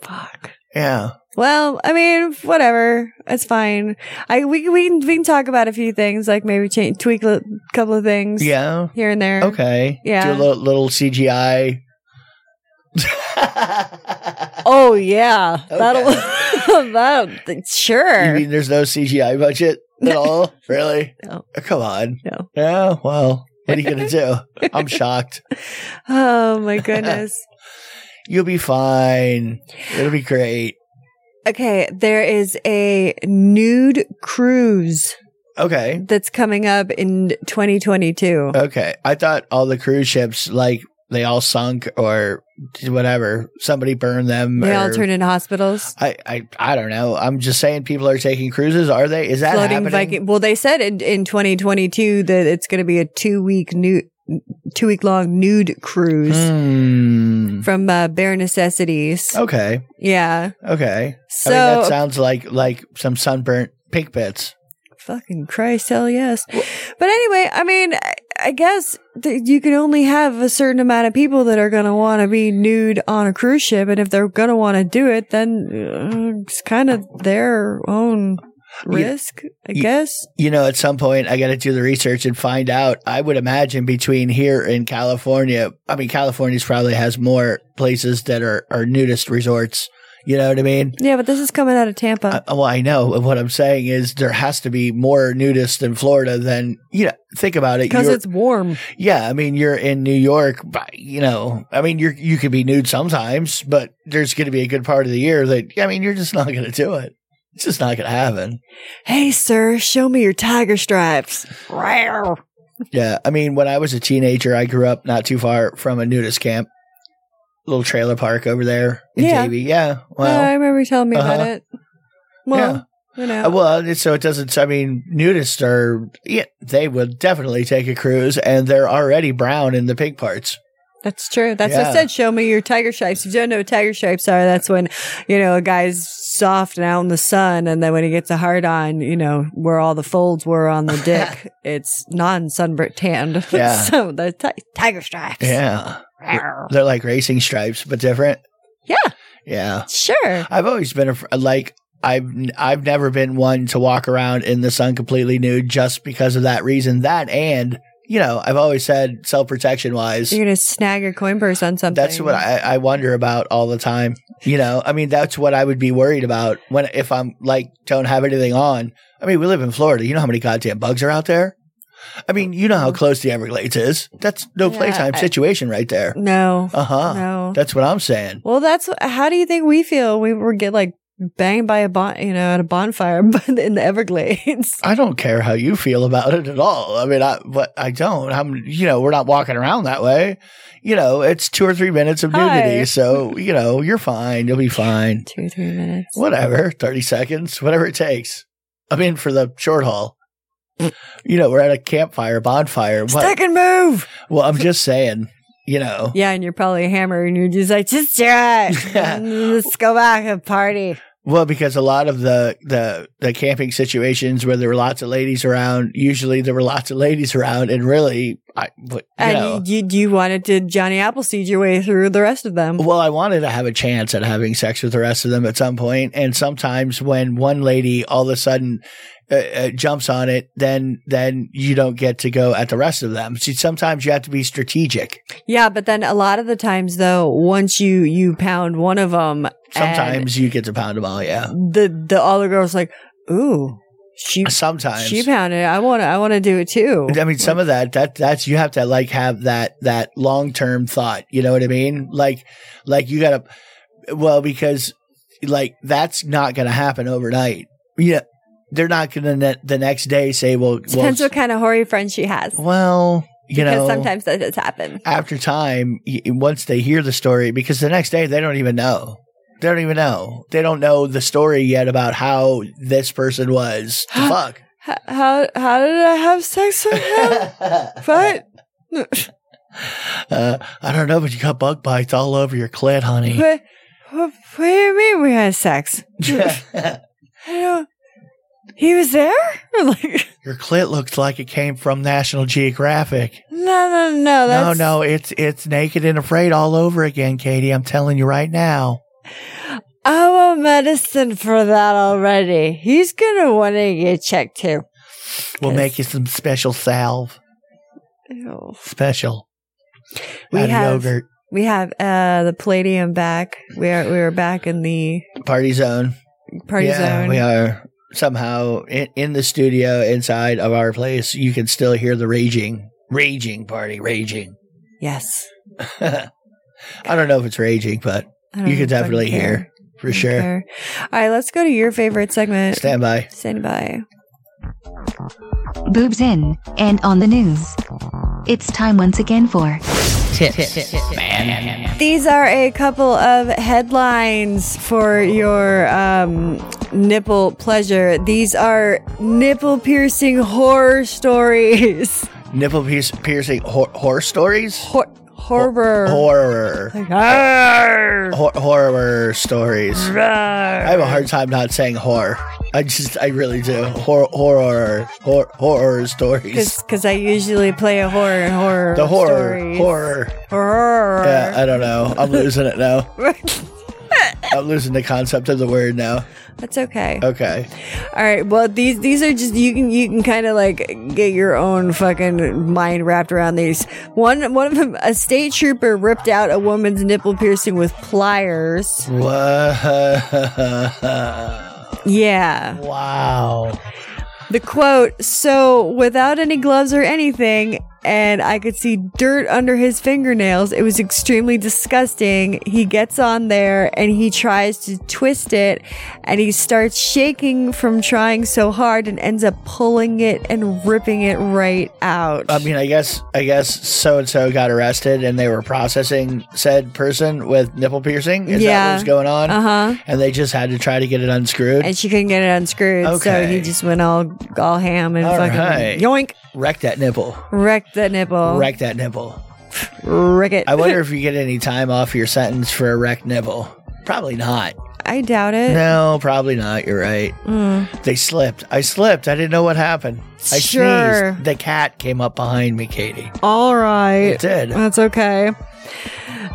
B: Fuck.
A: Yeah.
B: Well, I mean, whatever. It's fine. I we we can, we can talk about a few things, like maybe change, tweak a couple of things.
A: Yeah.
B: Here and there.
A: Okay. Do
B: Yeah.
A: a little, little CGI.
B: Oh yeah.
A: Okay.
B: That'll. that
A: you
B: sure.
A: mean there's no CGI budget at all? really?
B: No.
A: Oh, Come on.
B: No.
A: Yeah. Well, what are you gonna do? I'm shocked.
B: Oh my goodness.
A: You'll be fine. It'll be great.
B: Okay, there is a nude cruise
A: Okay.
B: that's coming up in 2022.
A: Okay. I thought all the cruise ships, like they all sunk or whatever. Somebody burned them.
B: they
A: or,
B: all turn into hospitals.
A: I, I I don't know. I'm just saying people are taking cruises. Are they? Is that
B: Floating
A: happening?
B: Viking. Well, they said in, in 2022 that it's going to be a two week nude, two week long nude cruise
A: Hmm. Oh.
B: from uh, Bare Necessities.
A: Okay.
B: Yeah.
A: Okay.
B: So,
A: I mean, that sounds like like some sunburnt pink bits.
B: fucking Christ, hell yes. But anyway, I mean, I, I guess that you can only have a certain amount of people that are going to want to be nude on a cruise ship. And if they're going to want to do it, then uh, it's kind of their own risk, I
A: you-
B: guess.
A: You know, at some point, I got to do the research and find out. I would imagine between here and California, I mean, California's probably has more places that are are nudist resorts. You know what I mean?
B: Yeah, but this is coming out of Tampa.
A: I, well, I know and what I'm saying is there has to be more nudists in Florida than you know. Think about it.
B: because
A: You're-
B: it's warm.
A: Yeah, I mean, you're in New York, but you know, I mean, you're you could be nude sometimes, but there's going to be a good part of the year that I mean, you're just not going to do it. It's just not going to happen.
B: Hey, sir, show me your tiger stripes. Rawr.
A: Yeah, I mean, when I was a teenager, I grew up not too far from a nudist camp, little trailer park over there in
B: Yeah.
A: Davie. Yeah,
B: Oh, I
A: well,
B: remember you telling me about
A: Uh-huh.
B: it. Well, You know?
A: Uh, Well, so it doesn't. I mean, nudists are yeah, they would definitely take a cruise, and they're already brown in the pig parts.
B: That's true. That's what I
A: Yeah.
B: said. Show me your tiger stripes. If you don't know what tiger stripes are, that's when, you know, a guy's soft and out in the sun. And then when he gets a hard on, you know, where all the folds were on the dick, it's non sunburnt tanned.
A: Yeah.
B: so the ti- tiger stripes.
A: Yeah,
B: Rawr.
A: they're like racing stripes, but different.
B: Yeah.
A: Yeah,
B: Sure.
A: I've always been a, fr- like I've n- I've never been one to walk around in the sun completely nude just because of that reason. That and you know, I've always said self protection wise.
B: You're going to snag your coin purse on something.
A: That's what I, I wonder about all the time. You know, I mean, that's what I would be worried about when if I'm like don't have anything on. I mean, we live in Florida. You know how many goddamn bugs are out there. I mean, you know how close the Everglades is. That's no
B: Mm-hmm. Yeah,
A: playtime
B: I-
A: situation right there.
B: No.
A: Uh huh.
B: No.
A: That's what I'm saying.
B: Well, that's how do you think we feel? We were get like banged by a bon, you know, at a bonfire in the Everglades.
A: I don't care how you feel about it at all. I mean, I but I don't. I'm you know we're not walking around that way. You know, it's two or three minutes of
B: Hi.
A: nudity, so you know you're fine. You'll be fine.
B: Two, three minutes.
A: whatever, 30 seconds, whatever it takes. I'm in for the short haul. You know, we're at a campfire, bonfire. But,
B: Second move.
A: well, I'm just saying, you know,
B: Yeah, and you're probably hammered, and you're just like, just do it.
A: Yeah.
B: Let's go back and party.
A: well, because a lot of the, the, the camping situations where there were lots of ladies around, usually there were lots of ladies around. And really, I, but, you know,
B: And you, you, you wanted to Johnny Appleseed your way through the rest of them.
A: Well, I wanted to have a chance at having sex with the rest of them at some point, and sometimes when one lady all of a sudden uh, uh, jumps on it, then then you don't get to go at the rest of them. See, sometimes you have to be strategic.
B: Yeah, but then a lot of the times, though, once you you pound one of them,
A: Sometimes you get to pound them all. Yeah,
B: the the other girl's like, ooh, she
A: sometimes.
B: she pounded. it. I want to I want to do it too.
A: I mean, some of that that that's you have to like have that that long term thought. You know what I mean? Like like you gotta well because like that's not gonna happen overnight. Yeah. They're not going to ne- the next day say, well,
B: Depends
A: well,
B: what kind of hoary friend she has.
A: Well, you
B: because
A: know,
B: sometimes that does happen.
A: after time, y- once they hear the story, because the next day they don't even know. They don't even know. They don't know the story yet about how this person was. The fuck.
B: H- how how did I have sex with him? but
A: Uh, I don't know, but you got bug bites all over your clit, honey.
B: but what, what do you mean we had sex? I don't. He was there? like
A: your clit looked like it came from National Geographic.
B: no no no
A: No,
B: Oh, that's,
A: no, it's it's naked and afraid all over again, Katie. I'm telling you right now.
B: I want medicine for that already. He's gonna want to get checked too.
A: We'll
B: Yes.
A: make you some special salve.
B: Ew.
A: Special.
B: We
A: Out of
B: have-
A: yogurt.
B: We have uh the Palladium back. We are we are back in the
A: Party zone.
B: party
A: yeah,
B: zone.
A: We are somehow in, in the studio inside of our place. You can still hear the raging, raging party, raging.
B: Yes,
A: I don't know if it's raging, but
B: I don't
A: you can
B: fucking
A: definitely
B: care.
A: hear for
B: Don't
A: sure.
B: care. All right, let's go to your favorite segment.
A: Stand by.
B: Stand by.
D: Boobs in and on the news. It's time once again for
B: These are a couple of headlines for your um, nipple pleasure. These are nipple piercing horror stories.
A: Nipple piece piercing hor- horror stories.
B: Hor- horror.
A: Horror.
B: Like, "Arr,
A: Hor- horror stories. I have a hard time not saying horror. I just, I really do. Hor- horror, hor- horror stories.
B: Because I usually play a horror and horror.
A: The horror,
B: stories.
A: horror.
B: Horror.
A: Yeah, I don't know. I'm losing it now. I'm losing the concept of the word now.
B: That's okay.
A: Okay.
B: All right. Well, these these are just you can you can kind of like get your own fucking mind wrapped around these. One one of them, a state trooper ripped out a woman's nipple piercing with pliers.
A: Wow.
B: Yeah.
A: Wow.
B: The quote. So without any gloves or anything, and I could see dirt under his fingernails. It was extremely disgusting. He gets on there and he tries to twist it and he starts shaking from trying so hard and ends up pulling it and ripping it right out.
A: I mean, I guess I guess so and so got arrested, and they were processing said person with nipple piercing. Is that
B: Yeah.
A: what was going on?
B: uh huh.
A: And they just had to try to get it unscrewed.
B: And she couldn't get it unscrewed, so
A: Okay.
B: he just went all all ham and
A: All
B: fucking
A: right.
B: yoink,
A: Wreck that nipple.
B: wrecked the nipple,
A: Wreck that nipple.
B: wreck it.
A: I wonder if you get any time off your sentence for a wrecked nipple. Probably not.
B: I doubt it.
A: No, probably not. You're right.
B: Hmm.
A: They slipped. I slipped. I didn't know what happened. I
B: Sure.
A: sneezed. The cat came up behind me, Katie.
B: All right.
A: It did.
B: That's okay.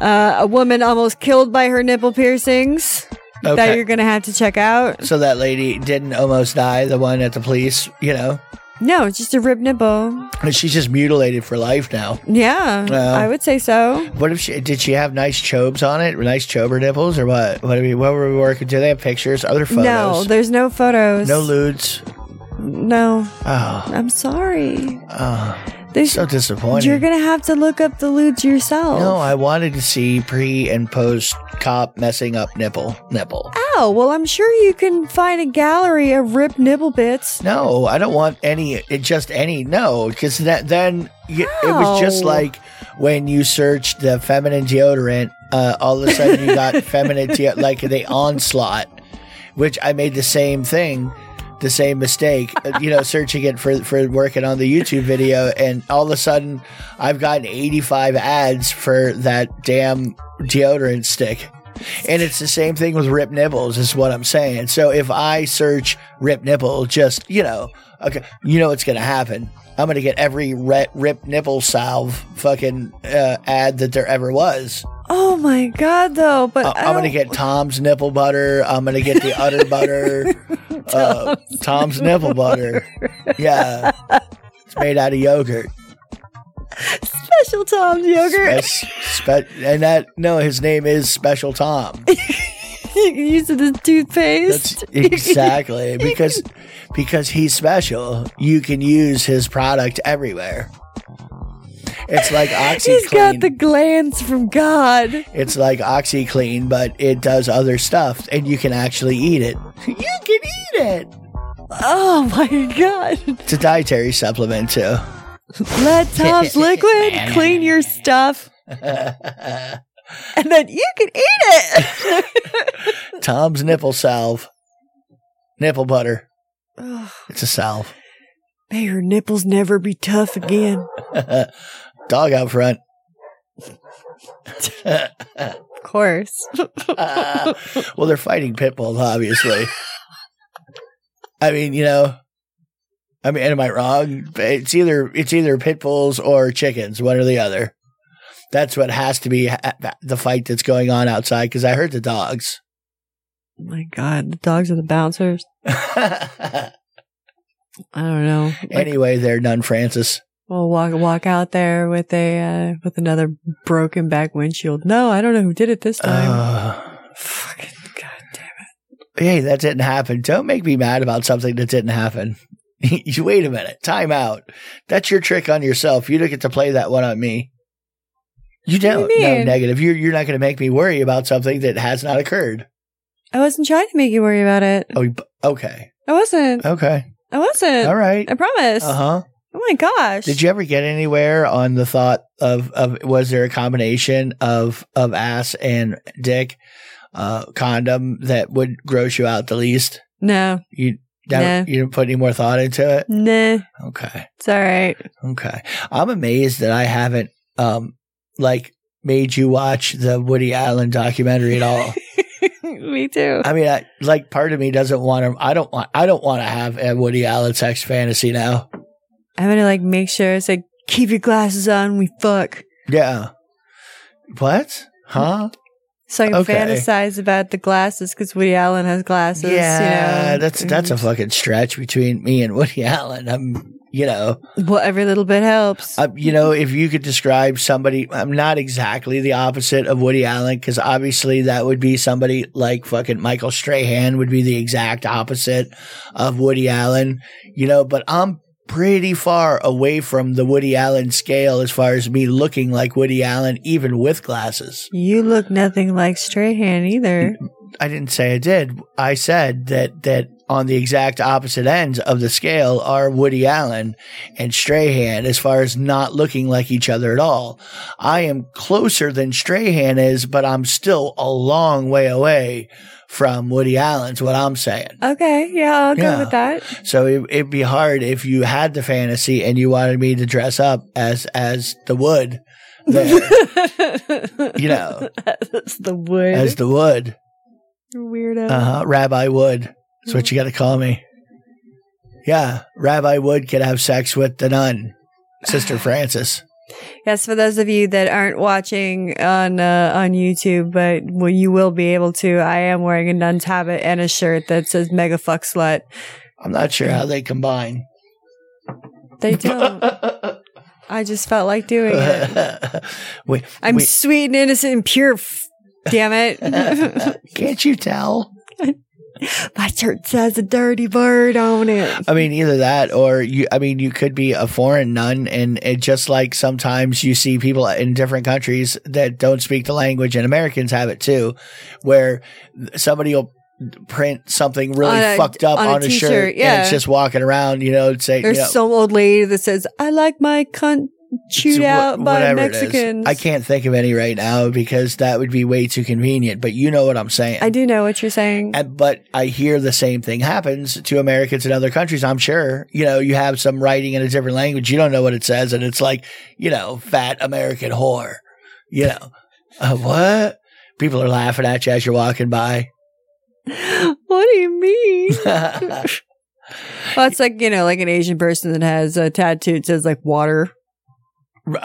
B: Uh, a woman almost killed by her nipple piercings that
A: Okay.
B: you're going to have to check out.
A: so that lady didn't almost die, the one at the police, you know.
B: No, it's just a rib nipple.
A: And she's just mutilated for life now.
B: Yeah,
A: Well.
B: I would say so.
A: What if she did she have nice chobes on it? Nice chober nipples or what? What, do we, what were we working? Do they have pictures? Other
B: No,
A: photos?
B: there's no photos.
A: no lewds.
B: No,
A: Oh,
B: I'm sorry.
A: oh
B: There's,
A: so disappointing.
B: you're going to have to look up the lewds yourself.
A: no, I wanted to see pre and post cop messing up nipple nipple.
B: Oh, well, I'm sure you can find a gallery of rib nipple bits.
A: No, I don't want any. it- Just any. No, because that then you, it was just
B: No.
A: like when you searched the feminine deodorant. Uh, all of a sudden, you got feminine deo- like the onslaught, which I made the same thing, the same mistake. uh, You know, searching it for for working on the YouTube video, and all of a sudden, I've gotten eighty five ads for that damn deodorant stick. And it's the same thing with rip nipples, is what I'm saying. So if I search rip nipple, just you know, okay, you know what's gonna happen. I'm gonna get every re- rip nipple salve fucking uh, ad that there ever was.
B: Oh my God, though. But
A: I-
B: I
A: Uh, I'm gonna
B: don't-
A: get Tom's nipple butter. I'm gonna get the utter butter. uh, Tom's nipple butter. Yeah, it's made out of yogurt.
B: special Tom's yogurt.
A: That's spe- and that no, his name is Special Tom.
B: you can use it as toothpaste.
A: That's exactly because because he's special. You can use his product everywhere. It's like
B: He's got
A: OxyClean.
B: the glands from God.
A: it's like OxyClean, but it does other stuff, and you can actually eat it. You can eat it.
B: Oh my God.
A: It's a dietary supplement too.
B: Let Tom's liquid clean your stuff. and then you can eat it.
A: Tom's nipple salve, nipple butter. It's a salve.
B: May your nipples never be tough again.
A: Dog out front.
B: Of course. Oh
A: Well, they're fighting pit bulls, obviously. I mean, you know, I mean, am I wrong? It's either it's either pit bulls or chickens, one or the other. That's what has to be ha- the fight that's going on outside because I heard the dogs.
B: Oh my God. The dogs are the bouncers. I don't know. Like,
A: anyway, there, Nun Francis.
B: we'll walk walk out there with a uh, with another broken back windshield. No, I don't know who did it this time.
A: Uh,
B: Fucking goddamn.
A: hey, that didn't happen. Don't make me mad about something that didn't happen. you wait a minute. Time out. That's your trick on yourself. You don't get to play that one on me. You
B: What
A: don't.
B: do you
A: no,
B: mean?
A: negative. You're you're not going to make me worry about something that has not occurred.
B: I wasn't trying to make you worry about it.
A: Oh, you- okay,
B: I wasn't.
A: okay,
B: I wasn't.
A: all right.
B: I promise.
A: Uh huh.
B: Oh my gosh.
A: Did you ever get anywhere on the thought of of was there a combination of of ass and dick uh, condom that would gross you out the least?
B: No.
A: You never,
B: No.
A: you didn't put any more thought into it.
B: Nah.
A: Okay.
B: It's all right.
A: Okay. I'm amazed that I haven't um like made you watch the Woody Allen documentary at all.
B: Me too.
A: I mean, I, like part of me doesn't want to I don't want I don't want to have a Woody Allen sex fantasy now.
B: I'm gonna like make sure it's like keep your glasses on. We fuck.
A: Yeah. What? Huh?
B: So I can
A: Okay.
B: fantasize about the glasses because Woody Allen has glasses.
A: yeah,
B: you know. mm.
A: that's that's a fucking stretch between me and Woody Allen. I'm, you know,
B: well, every little bit helps.
A: I, Uh, you know, if you could describe somebody, I'm not exactly the opposite of Woody Allen because obviously that would be somebody like fucking Michael Strahan would be the exact opposite of Woody Allen, you know. But I'm pretty far away from the Woody Allen scale as far as me looking like Woody Allen, even with glasses.
B: You look nothing like Strahan either.
A: I didn't say I did. I said that that on the exact opposite ends of the scale are Woody Allen and Strahan as far as not looking like each other at all. I am closer than Strahan is, but I'm still a long way away from Woody Allen's what I'm saying.
B: Okay, yeah, I'll go
A: Yeah.
B: with that.
A: So it, it'd be hard if you had the fantasy and you wanted me to dress up as as the wood there, you know,
B: That's the wood.
A: as the wood.
B: Weirdo.
A: Uh huh. Rabbi Wood. That's what you got to call me. Yeah, Rabbi Wood could have sex with the nun, Sister Francis.
B: Yes, for those of you that aren't watching on uh, on YouTube, but well, you will be able to. I am wearing a nun's habit and a shirt that says "Mega Fuck Slut."
A: I'm not sure how they combine.
B: They don't. I just felt like doing it.
A: we,
B: I'm
A: Uh, we-
B: sweet and innocent and pure. F- damn it!
A: can't you tell?
B: My shirt says a dirty word on it.
A: I mean, either that or you. I mean, you could be a foreign nun, and it just like sometimes you see people in different countries that don't speak the language, and Americans have it too, where somebody will print something really
B: On a-
A: fucked up
B: on
A: on,
B: a
A: a, shirt,
B: t-shirt,
A: and
B: yeah.
A: it's just walking around, you know, and say,
B: There's
A: you know,
B: some old lady that says, "I like my cunt chewed
A: wha-
B: out by
A: whatever it is.
B: Mexicans."
A: I can't think of any right now because that would be way too convenient. But you know what I'm saying.
B: I do know what you're saying.
A: And, but I hear the same thing happens to Americans in other countries. I'm sure, you know, you have some writing in a different language. You don't know what it says. And it's like, you know, fat American whore, you know, Uh, what? People are laughing at you as you're walking by.
B: what do you mean?
A: yeah.
B: Well, it's like you know, like an Asian person that has a tattoo that says like water.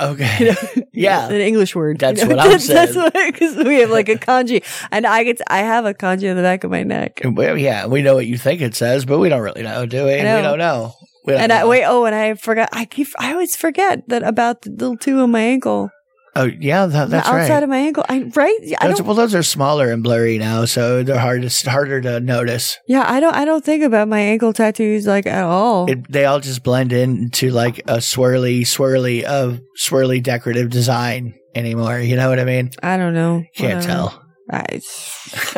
A: Okay. Yeah.
B: an English word.
A: That's what I'm
B: That's
A: saying.
B: because we have like a kanji, and I get I have a kanji on the back of my neck.
A: Well, yeah. We know what you think it says, but we don't really know, do we?
B: know.
A: We don't know. We don't
B: And I
A: know.
B: wait, oh, and I forgot. I keep I always forget that about the little two on my ankle,
A: Oh, yeah. That, that's
B: the outside
A: right.
B: of my ankle. I right? Yeah, I
A: Those,
B: don't.
A: well, those are smaller and blurry now, so they're hard to, harder to notice.
B: Yeah, I don't. I don't think about my ankle tattoos like at all.
A: It, they all just blend into like a swirly, swirly of swirly decorative design anymore. You know what I mean?
B: I don't know.
A: Can't
B: Whatever.
A: tell.
B: I,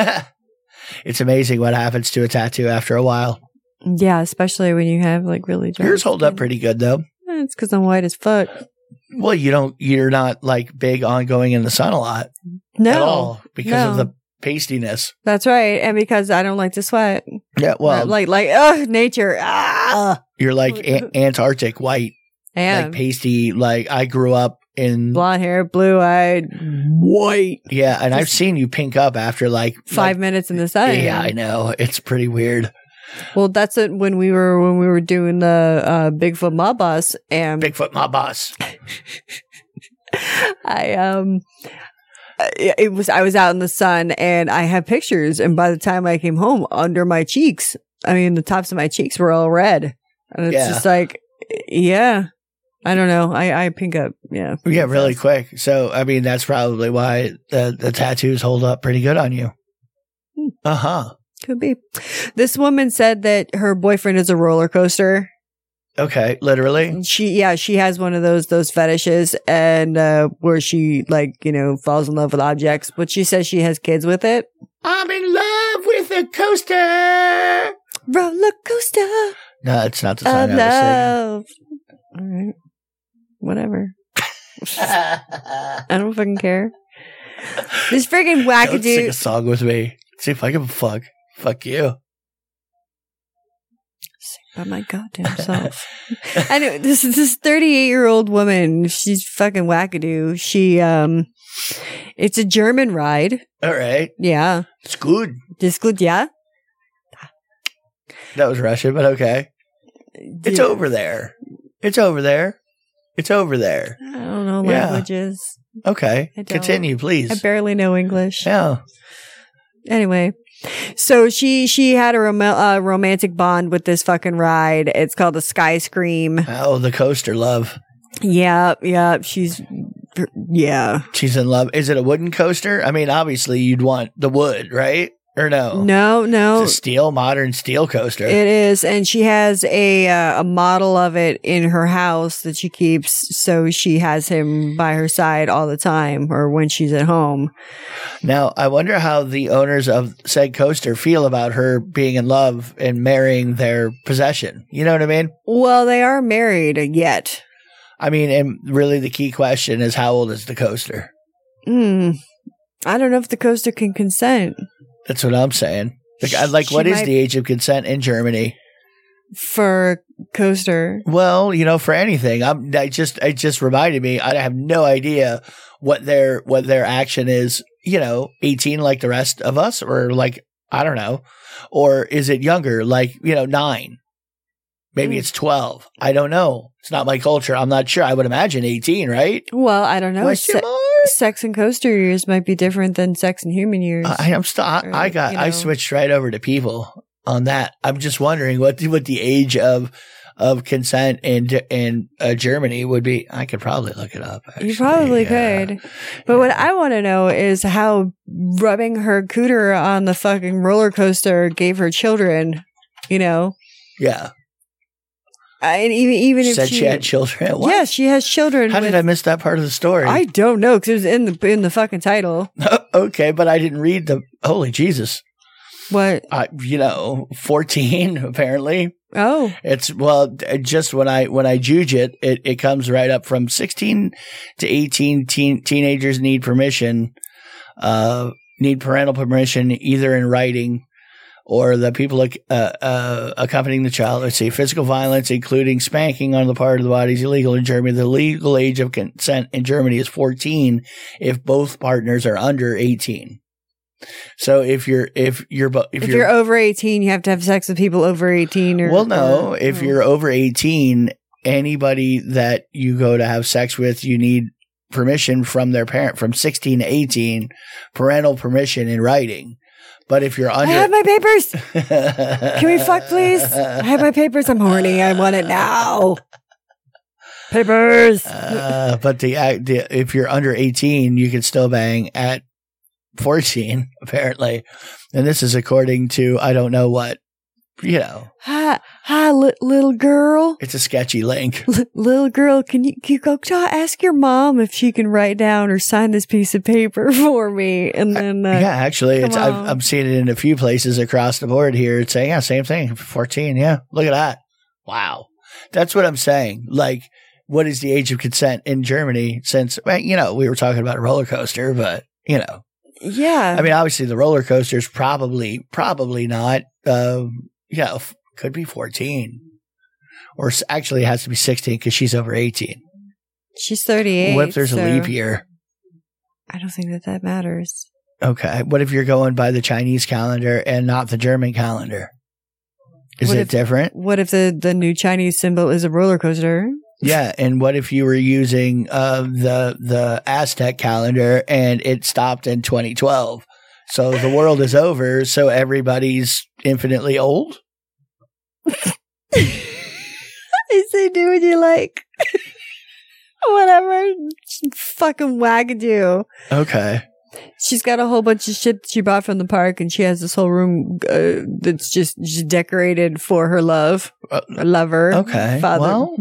A: it's amazing what happens to a tattoo after a while.
B: yeah, especially when you have like really dark.
A: Yours hold up
B: skin.
A: pretty good though.
B: Eh, It's because I'm white as fuck.
A: Well, you don't. You're not like big on going in the sun a lot
B: No,
A: at all because of
B: No.
A: the pastiness.
B: that's right, and because I don't like to sweat.
A: Yeah. Well,
B: like like ugh, nature. Ah,
A: you're like a- Antarctic white,
B: I am.
A: like pasty. Like I grew up in
B: blonde hair, blue eyed, white.
A: Yeah, and I've seen you pink up after like
B: Five minutes in the sun.
A: Like, yeah, I know it's pretty weird.
B: Well, that's it. When we were when we were doing the uh, Bigfoot mob bus, and
A: Bigfoot, my boss.
B: I um, I- it was I was out in the sun, and I had pictures. And by the time I came home, under my cheeks, I mean the tops of my cheeks were all red, and it's
A: Yeah.
B: just like, yeah, I don't know. I I pink up. Yeah,
A: Yeah, really quick. So I mean, that's probably why the the tattoos hold up pretty good on you.
B: Hmm.
A: Uh
B: Uh-huh.
A: huh.
B: could be. This woman said that her boyfriend is a roller coaster.
A: Okay, literally.
B: she yeah she has one of those those fetishes and uh where she like you know falls in love with objects but she says she has kids with it
A: I'm in love with a coaster.
B: roller coaster
A: No, it's not the
B: of
A: song I
B: love all right whatever
A: was
B: i don't fucking care this
A: singing.
B: freaking
A: Don't sing a
B: wackadoo
A: song with me. See if I give a fuck. Fuck you.
B: by my goddamn self anyway this is this 38 year old woman she's fucking wackadoo she um it's a german ride
A: All right,
B: yeah
A: it's good.
B: this good yeah
A: That was Russian, but okay. It's
B: Yeah.
A: over there. It's over there. It's over there.
B: I don't know
A: Yeah.
B: languages.
A: Okay.
B: I don't-
A: Continue, please.
B: I barely know English.
A: yeah.
B: Anyway, so she she had a rom- uh, romantic bond with this fucking ride. It's called the Sky Scream.
A: Oh, the coaster love.
B: Yeah, yeah. She's yeah.
A: She's in love. Is it a wooden coaster? I mean, obviously you'd want the wood, right? Or no?
B: No, no.
A: It's a steel, modern steel coaster.
B: It is, and she has a uh, a model of it in her house that she keeps, so she has him by her side all the time, or when she's at home.
A: now, I wonder how the owners of said coaster feel about her being in love and marrying their possession. You know what I mean?
B: Well, they are married yet.
A: I mean, and really the key question is how old is the coaster?
B: Hmm. I don't know if the coaster can consent.
A: That's what I'm saying. Like, I- like
B: She
A: what is
B: might-
A: the age of consent in Germany?
B: for coaster.
A: Well, you know, for anything, I'm. I just, it just reminded me. I have no idea what their what their action is. You know, eighteen like the rest of us, or like I don't know, or is it younger? Like you know, nine. Maybe
B: Mm.
A: it's twelve. I don't know. It's not my culture. I'm not sure. I would imagine eighteen, right?
B: Well, I don't know.
A: Question
B: Se-
A: mark?
B: sex and coaster years might be different than sex and human years.
A: I, I'm still. I,
B: Or,
A: I got.
B: you
A: I
B: know.
A: switched right over to people on that. I'm just wondering what the, what the age of of consent in in uh, Germany would be. I could probably look it up.
B: you
A: actually,
B: probably
A: yeah.
B: could. But what I want to know is how rubbing her cooter on the fucking roller coaster gave her children, you know?
A: Yeah.
B: I- And even, even if
A: Said she, had children. What?
B: Yes, she has children.
A: How did I
B: with-
A: miss that part of the story?
B: I don't know because it was in the in the fucking title.
A: okay, but I didn't read the. Holy Jesus!
B: What?
A: I you know fourteen apparently.
B: Oh,
A: It's well, d- just when I when I juge it, it, it comes right up from sixteen to eighteen. Teen, teenagers need permission, uh, need parental permission either in writing or the people ac- uh, uh, accompanying the child. Let's see, physical violence, including spanking on the part of the body, is illegal in Germany. The legal age of consent in Germany is fourteen if both partners are under eighteen. So if you're if you're bo-
B: if, you're, over eighteen, you have to have sex with people over eighteen. Or
A: well, no.
B: or-
A: if
B: oh.
A: you're over 18, anybody that you go to have sex with, you need permission from their parent from 16 to 18, parental permission in writing. But if you're under.
B: I have my papers.
A: Can
B: Can we fuck, please? I have my papers. I'm horny. I want it now. Papers.
A: Uh, but the, act- the if you're under 18, you can still bang at 14, apparently. And this is according to I don't know what. You know,
B: Hi, hi, li- little girl.
A: it's a sketchy link.
B: L- little girl, can you, can you go ta- ask your mom if she can write down or sign this piece of paper for me? And then, uh,
A: yeah, actually, it's,
B: come
A: I've,
B: on.
A: I'm seeing it in a few places across the board here. It's saying, yeah, same thing, 14. Yeah, look at that. Wow. That's what I'm saying. Like, what is the age of consent in Germany? Since, well, you know, we were talking about a roller coaster, but, you know,
B: yeah.
A: I mean, obviously the roller coaster is probably, probably not, um, you know, f- could be 14 or s- actually it has to be 16 because she's over 18.
B: she's 38.
A: what if there's
B: so
A: a leap year?
B: I don't think that that matters.
A: Okay. What if you're going by the Chinese calendar and not the German calendar? Is
B: What
A: it
B: if-
A: different?
B: What if the, the new Chinese symbol is a roller coaster?
A: Yeah. And what if you were using uh, the the Aztec calendar and it stopped in 2012? So the world is over. So everybody's infinitely old.
B: I say do what you like. Whatever. She fucking wagadoo.
A: Okay.
B: She's got a whole bunch of shit that she bought from the park, and she has this whole room uh, that's just, just decorated for her love,
A: Uh,
B: lover,
A: Okay.
B: father,
A: Well,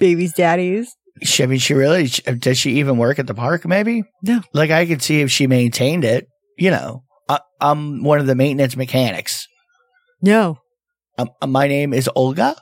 B: baby's daddies.
A: she, I mean, she really sh- does. She even work at the park? Maybe.
B: No.
A: Like I could see if she maintained it. You know, I, I'm one of the maintenance mechanics.
B: No.
A: Um, my name is Olga.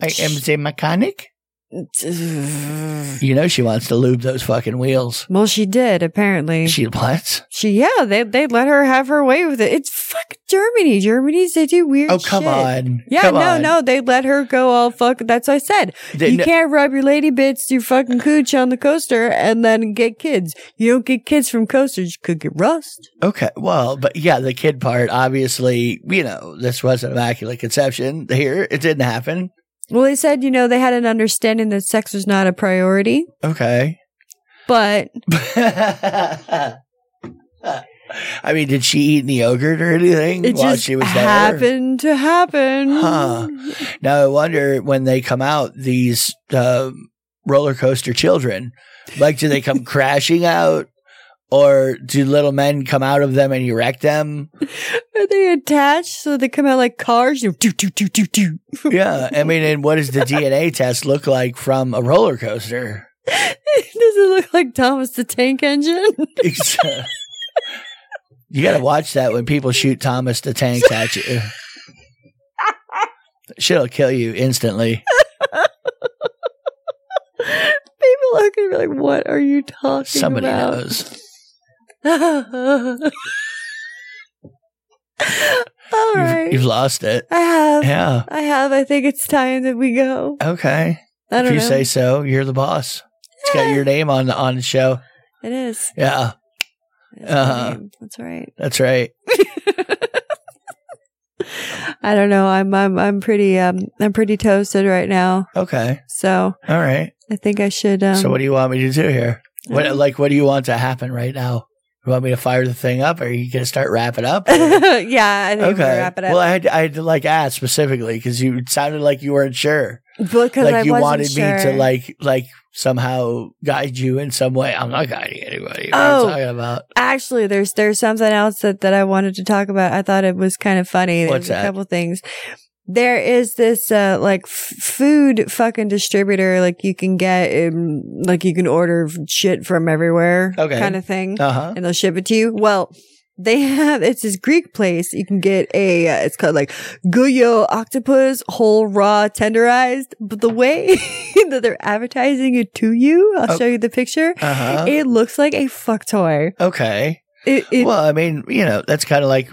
A: I am the mechanic. You know she wants to lube those fucking wheels.
B: Well, she did apparently. She,
A: She what?
B: yeah, they they let her have her way with it. It's fuck Germany. Germany's they do weird.
A: Oh come
B: shit.
A: on!
B: Yeah,
A: Come
B: no,
A: on.
B: no, they let her go all fuck. That's what I said.
A: They-
B: you
A: no-
B: can't rub your lady bits, your fucking cooch on the coaster, and then get kids. You don't get kids from coasters. You could get rust.
A: Okay, well, but yeah, the kid part. Obviously, you know this was an immaculate conception. Here, it didn't happen.
B: Well, they said, you know, they had an understanding that sex was not a priority,
A: Okay.
B: but
A: I mean, did she eat any yogurt or anything
B: it
A: while
B: just
A: she was there?
B: happened to happen.
A: Huh. Now I wonder when they come out these um, uh, roller coaster children, like do they come crashing out Or do little men come out of them and erect them?
B: Are they attached so they come out like cars? You know, do do do do do.
A: Yeah. I mean, and what does the DNA test look like from a roller coaster?
B: Does it look like Thomas the Tank Engine?
A: It's, uh, you got to watch that when people shoot Thomas the Tank at you. Shit'll kill you instantly.
B: People are gonna be like, "What are you talking
A: Somebody
B: about?"
A: knows.
B: All
A: You've-
B: right.
A: you've lost it.
B: I have.
A: Yeah.
B: I have. I think it's time that we go.
A: Okay.
B: I
A: If
B: don't
A: you
B: know.
A: say so, you're the boss. It's got your name on the on the show.
B: it is.
A: Yeah,
B: That's, my
A: Uh-huh.
B: name. That's right.
A: that's right.
B: I don't know. I'm I'm I'm pretty um I'm pretty toasted right now.
A: Okay.
B: So
A: All right.
B: I think I should um
A: so what do you want me to do here? What
B: um,
A: like what do you want to happen right now? You want me to fire the thing up? Or are you gonna start wrapping up? okay.
B: yeah, I think we can wrap it up.
A: Well, I had I had to like ask specifically because you it sounded like you weren't sure.
B: because
A: Like
B: I
A: you
B: wasn't
A: wanted me to
B: sure.
A: like like somehow guide you in some way. I'm not guiding anybody. What
B: Oh.
A: are you talking about?
B: Actually, there's there's something else that, that I wanted to talk about. I thought it was kind of funny. There's
A: What's
B: a
A: that?
B: couple things. There is this uh, like f- food fucking distributor, like you can get, um, like you can order shit from everywhere,
A: Okay.
B: kind of thing,
A: Uh huh.
B: and they'll ship it to you. Well, they have it's this Greek place. You can get a uh, it's called like Guyo octopus, whole raw tenderized. But the way that they're advertising it to you, I'll
A: Oh.
B: show you the picture.
A: Uh huh.
B: It looks like a fuck toy.
A: Okay.
B: It, it
A: well, I mean, you know, that's kind of like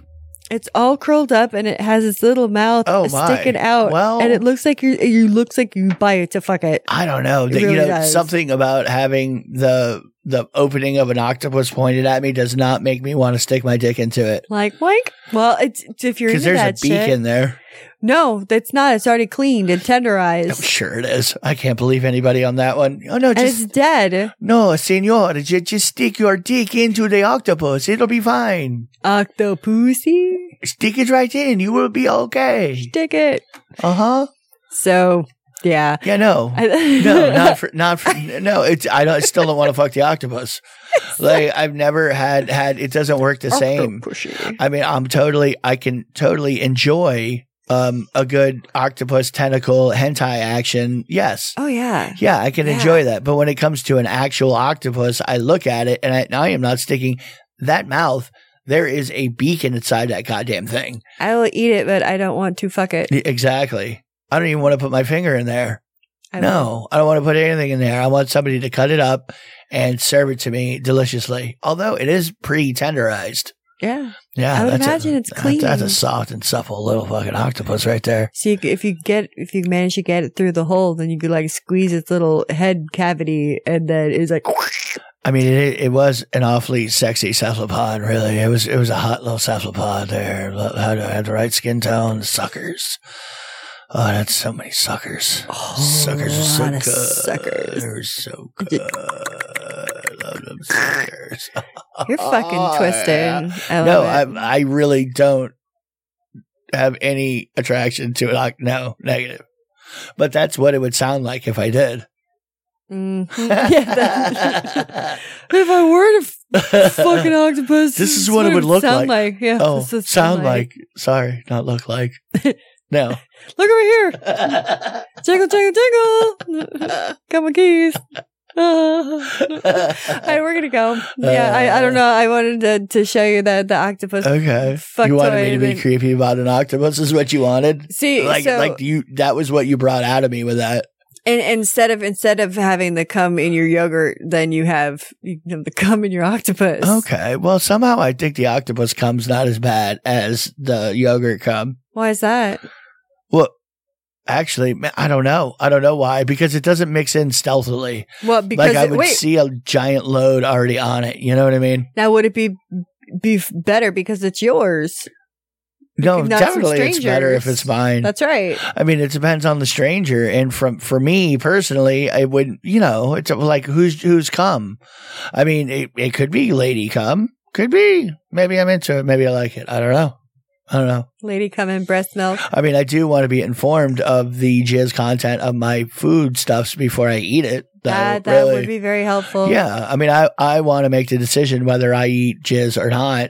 B: it's all curled up and it has its little mouth
A: Oh, my.
B: sticking out.
A: Well-
B: and it looks like you you looks like you buy it to fuck it.
A: I don't know.
B: It
A: that you
B: really
A: know,
B: does.
A: something about having the the opening of an octopus pointed at me does not make me want to stick my dick into it
B: Like wank. Well, it's if you're
A: because
B: into
A: there's a
B: that
A: beak
B: shit.
A: in there.
B: no, that's not. It's already cleaned and
A: I'm
B: tenderized.
A: sure it is. I can't believe anybody on that one. Oh no,
B: and it's
A: Oh, just
B: dead.
A: no, senor, ju- just stick your dick into the octopus. It'll be fine.
B: Octopussy.
A: Stick it right in. You will be okay.
B: Stick it.
A: Uh
B: Uh-huh.
A: huh.
B: So yeah.
A: Yeah, no.
B: I-
A: No, not for not for no. It's I don't I still don't want to fuck the octopus. Like I've never had had it doesn't work the same.
B: Octopussy.
A: I mean, I'm totally, I can totally enjoy um, a good octopus tentacle hentai action. Yes.
B: Oh yeah.
A: Yeah, I can
B: Yeah.
A: enjoy that. But when it comes to an actual octopus, I look at it and I, I am not sticking that mouth. There is a beak inside that goddamn thing.
B: I will eat it, but I don't want to fuck it.
A: Y- Exactly. I don't even want to put my finger in there.
B: I
A: no, I don't want to put anything in there. I want somebody to cut it up and serve it to me deliciously. Although it is pre tenderized.
B: Yeah.
A: Yeah,
B: I would
A: that's
B: imagine
A: a,
B: it's
A: that- That's
B: clean.
A: a soft and supple little fucking octopus right there.
B: So you, c- if you get if you manage to get it through the hole, then you could like squeeze its little head cavity, and then it's like
A: I mean, it, it was an awfully sexy cephalopod. Really, it was it was a hot little cephalopod there. Lo- Had, had the right skin tone. Suckers. Oh, that's so many suckers. suckers are so
B: lot
A: good.
B: of suckers.
A: They're so good. I love them
B: Ah,
A: suckers.
B: you're fucking
A: Oh, yeah.
B: twisted. I
A: no,
B: love it.
A: I I really don't have any attraction to it. Like, no, negative. But that's what it would sound like if I did.
B: Mhm. yeah, that- if I were to fucking octopus,
A: This is what it would look
B: sound
A: like.
B: Yeah,
A: oh,
B: this is
A: sound like. Sorry, not look like. no.
B: Look over here, jingle, jingle, jingle. Got my keys. Ah. All right, we're gonna
A: Uh,
B: go. Yeah, I, I don't know. I wanted to, to show you that the octopus.
A: okay.
B: Fuck
A: you wanted
B: toy
A: me to be
B: and-
A: creepy about an octopus is what you wanted?
B: See,
A: Like
B: so
A: like you that was what you brought out of me with that.
B: And instead of instead of having the cum in your yogurt, then you have you can have the cum in your octopus.
A: Okay. Well, somehow I think the octopus comes not as bad as the yogurt cum.
B: Why is that?
A: Well, actually, ma- I don't know. I don't know why because it doesn't mix in stealthily.
B: Well, because
A: like I
B: it,
A: would
B: wait,
A: see a giant load already on it. You know what I mean?
B: now would it be be f- better because it's yours?
A: No,
B: Not some
A: definitely it's better if
B: strangers.
A: it's mine.
B: That's right.
A: I mean, it depends on the stranger, and from for me personally, I would you know it's like who's who's come. I mean, it, it could be lady come, could be. Maybe I'm into it. Maybe I like it. I don't know. I don't know.
B: Lady come in breast milk.
A: I mean, I do want to be informed of the jizz content of my food stuffs before I eat it. though,
B: That, that
A: really.
B: would be very helpful.
A: Yeah, I mean, I I want to make the decision whether I eat jizz or not.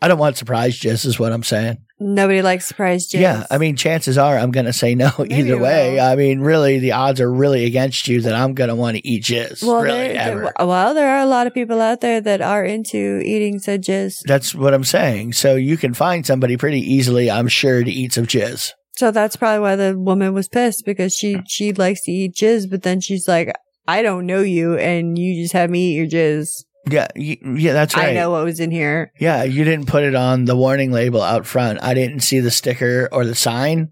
A: I don't want surprise jizz, is what I'm saying.
B: Nobody likes surprise jizz.
A: Yeah, I mean, chances are I'm going to say no
B: Maybe
A: either
B: you
A: way.
B: will.
A: I mean, really, the odds are really against you that I'm going to want to eat jizz.
B: well,
A: really,
B: there,
A: ever.
B: there- well, there are a lot of people out there that are into eating said jizz.
A: That's what I'm saying. So you can find somebody pretty easily, I'm sure, to eat some jizz.
B: So that's probably why the woman was pissed because she she likes to eat jizz, but then she's like, I don't know you, and you just had me eat your jizz.
A: Yeah, y- yeah, that's right.
B: I know what was in here.
A: Yeah, you didn't put it on the warning label out front. I didn't see the sticker or the sign.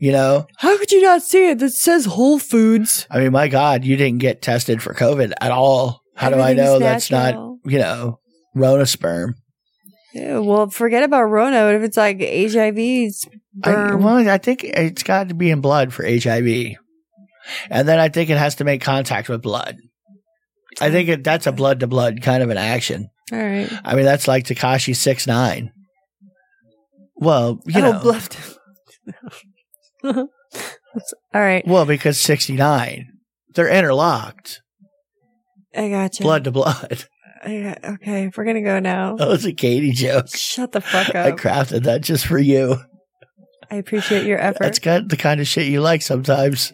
A: You know,
B: How could you not see it? That says Whole Foods.
A: I mean, my God, you didn't get tested for COVID at all. How do I
B: Everything's
A: know that's not,
B: natural.
A: you know, Rona sperm?
B: Yeah, well, forget about Rona. What if it's like HIV's
A: I,
B: berm?
A: well, I think it's got to be in blood for HIV. And then I think it has to make contact with blood. I think it, that's a blood to blood kind of an action.
B: All right.
A: I mean, that's like Takashi six nine. Well, you
B: oh,
A: know,
B: bluffed. All right.
A: well because sixty nine, they're interlocked,
B: I got you.
A: blood to blood.
B: I got- okay, we're gonna go now.
A: That was a Katie joke.
B: Shut the fuck
A: I
B: up.
A: crafted that just for you.
B: I appreciate your effort.
A: That's kind the kind of shit you like sometimes.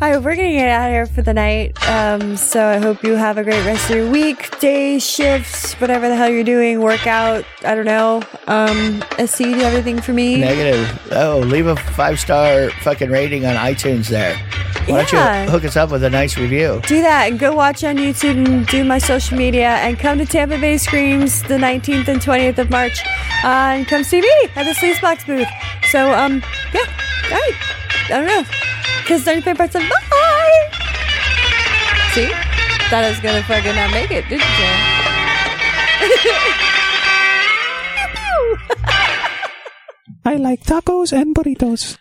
B: All right, we're gonna get out of here for the night. Um, so I hope you have a great rest of your week, day shifts, whatever the hell you're doing, workout. I don't know. Um, SC, do you have anything for me?
A: Negative. Oh, leave a five star fucking rating on iTunes there. Why don't
B: Yeah.
A: you hook us up with a nice review?
B: do that and go watch on YouTube and do my social media and come to Tampa Bay Screams the 19th and 20th of March uh, and come see me at the Sleaze Box booth. So, um, yeah, all right. I don't know. Because 35 parts of bye. See? Thought I was going to fucking not make it, didn't you? Pew, pew.
I: I like tacos and burritos.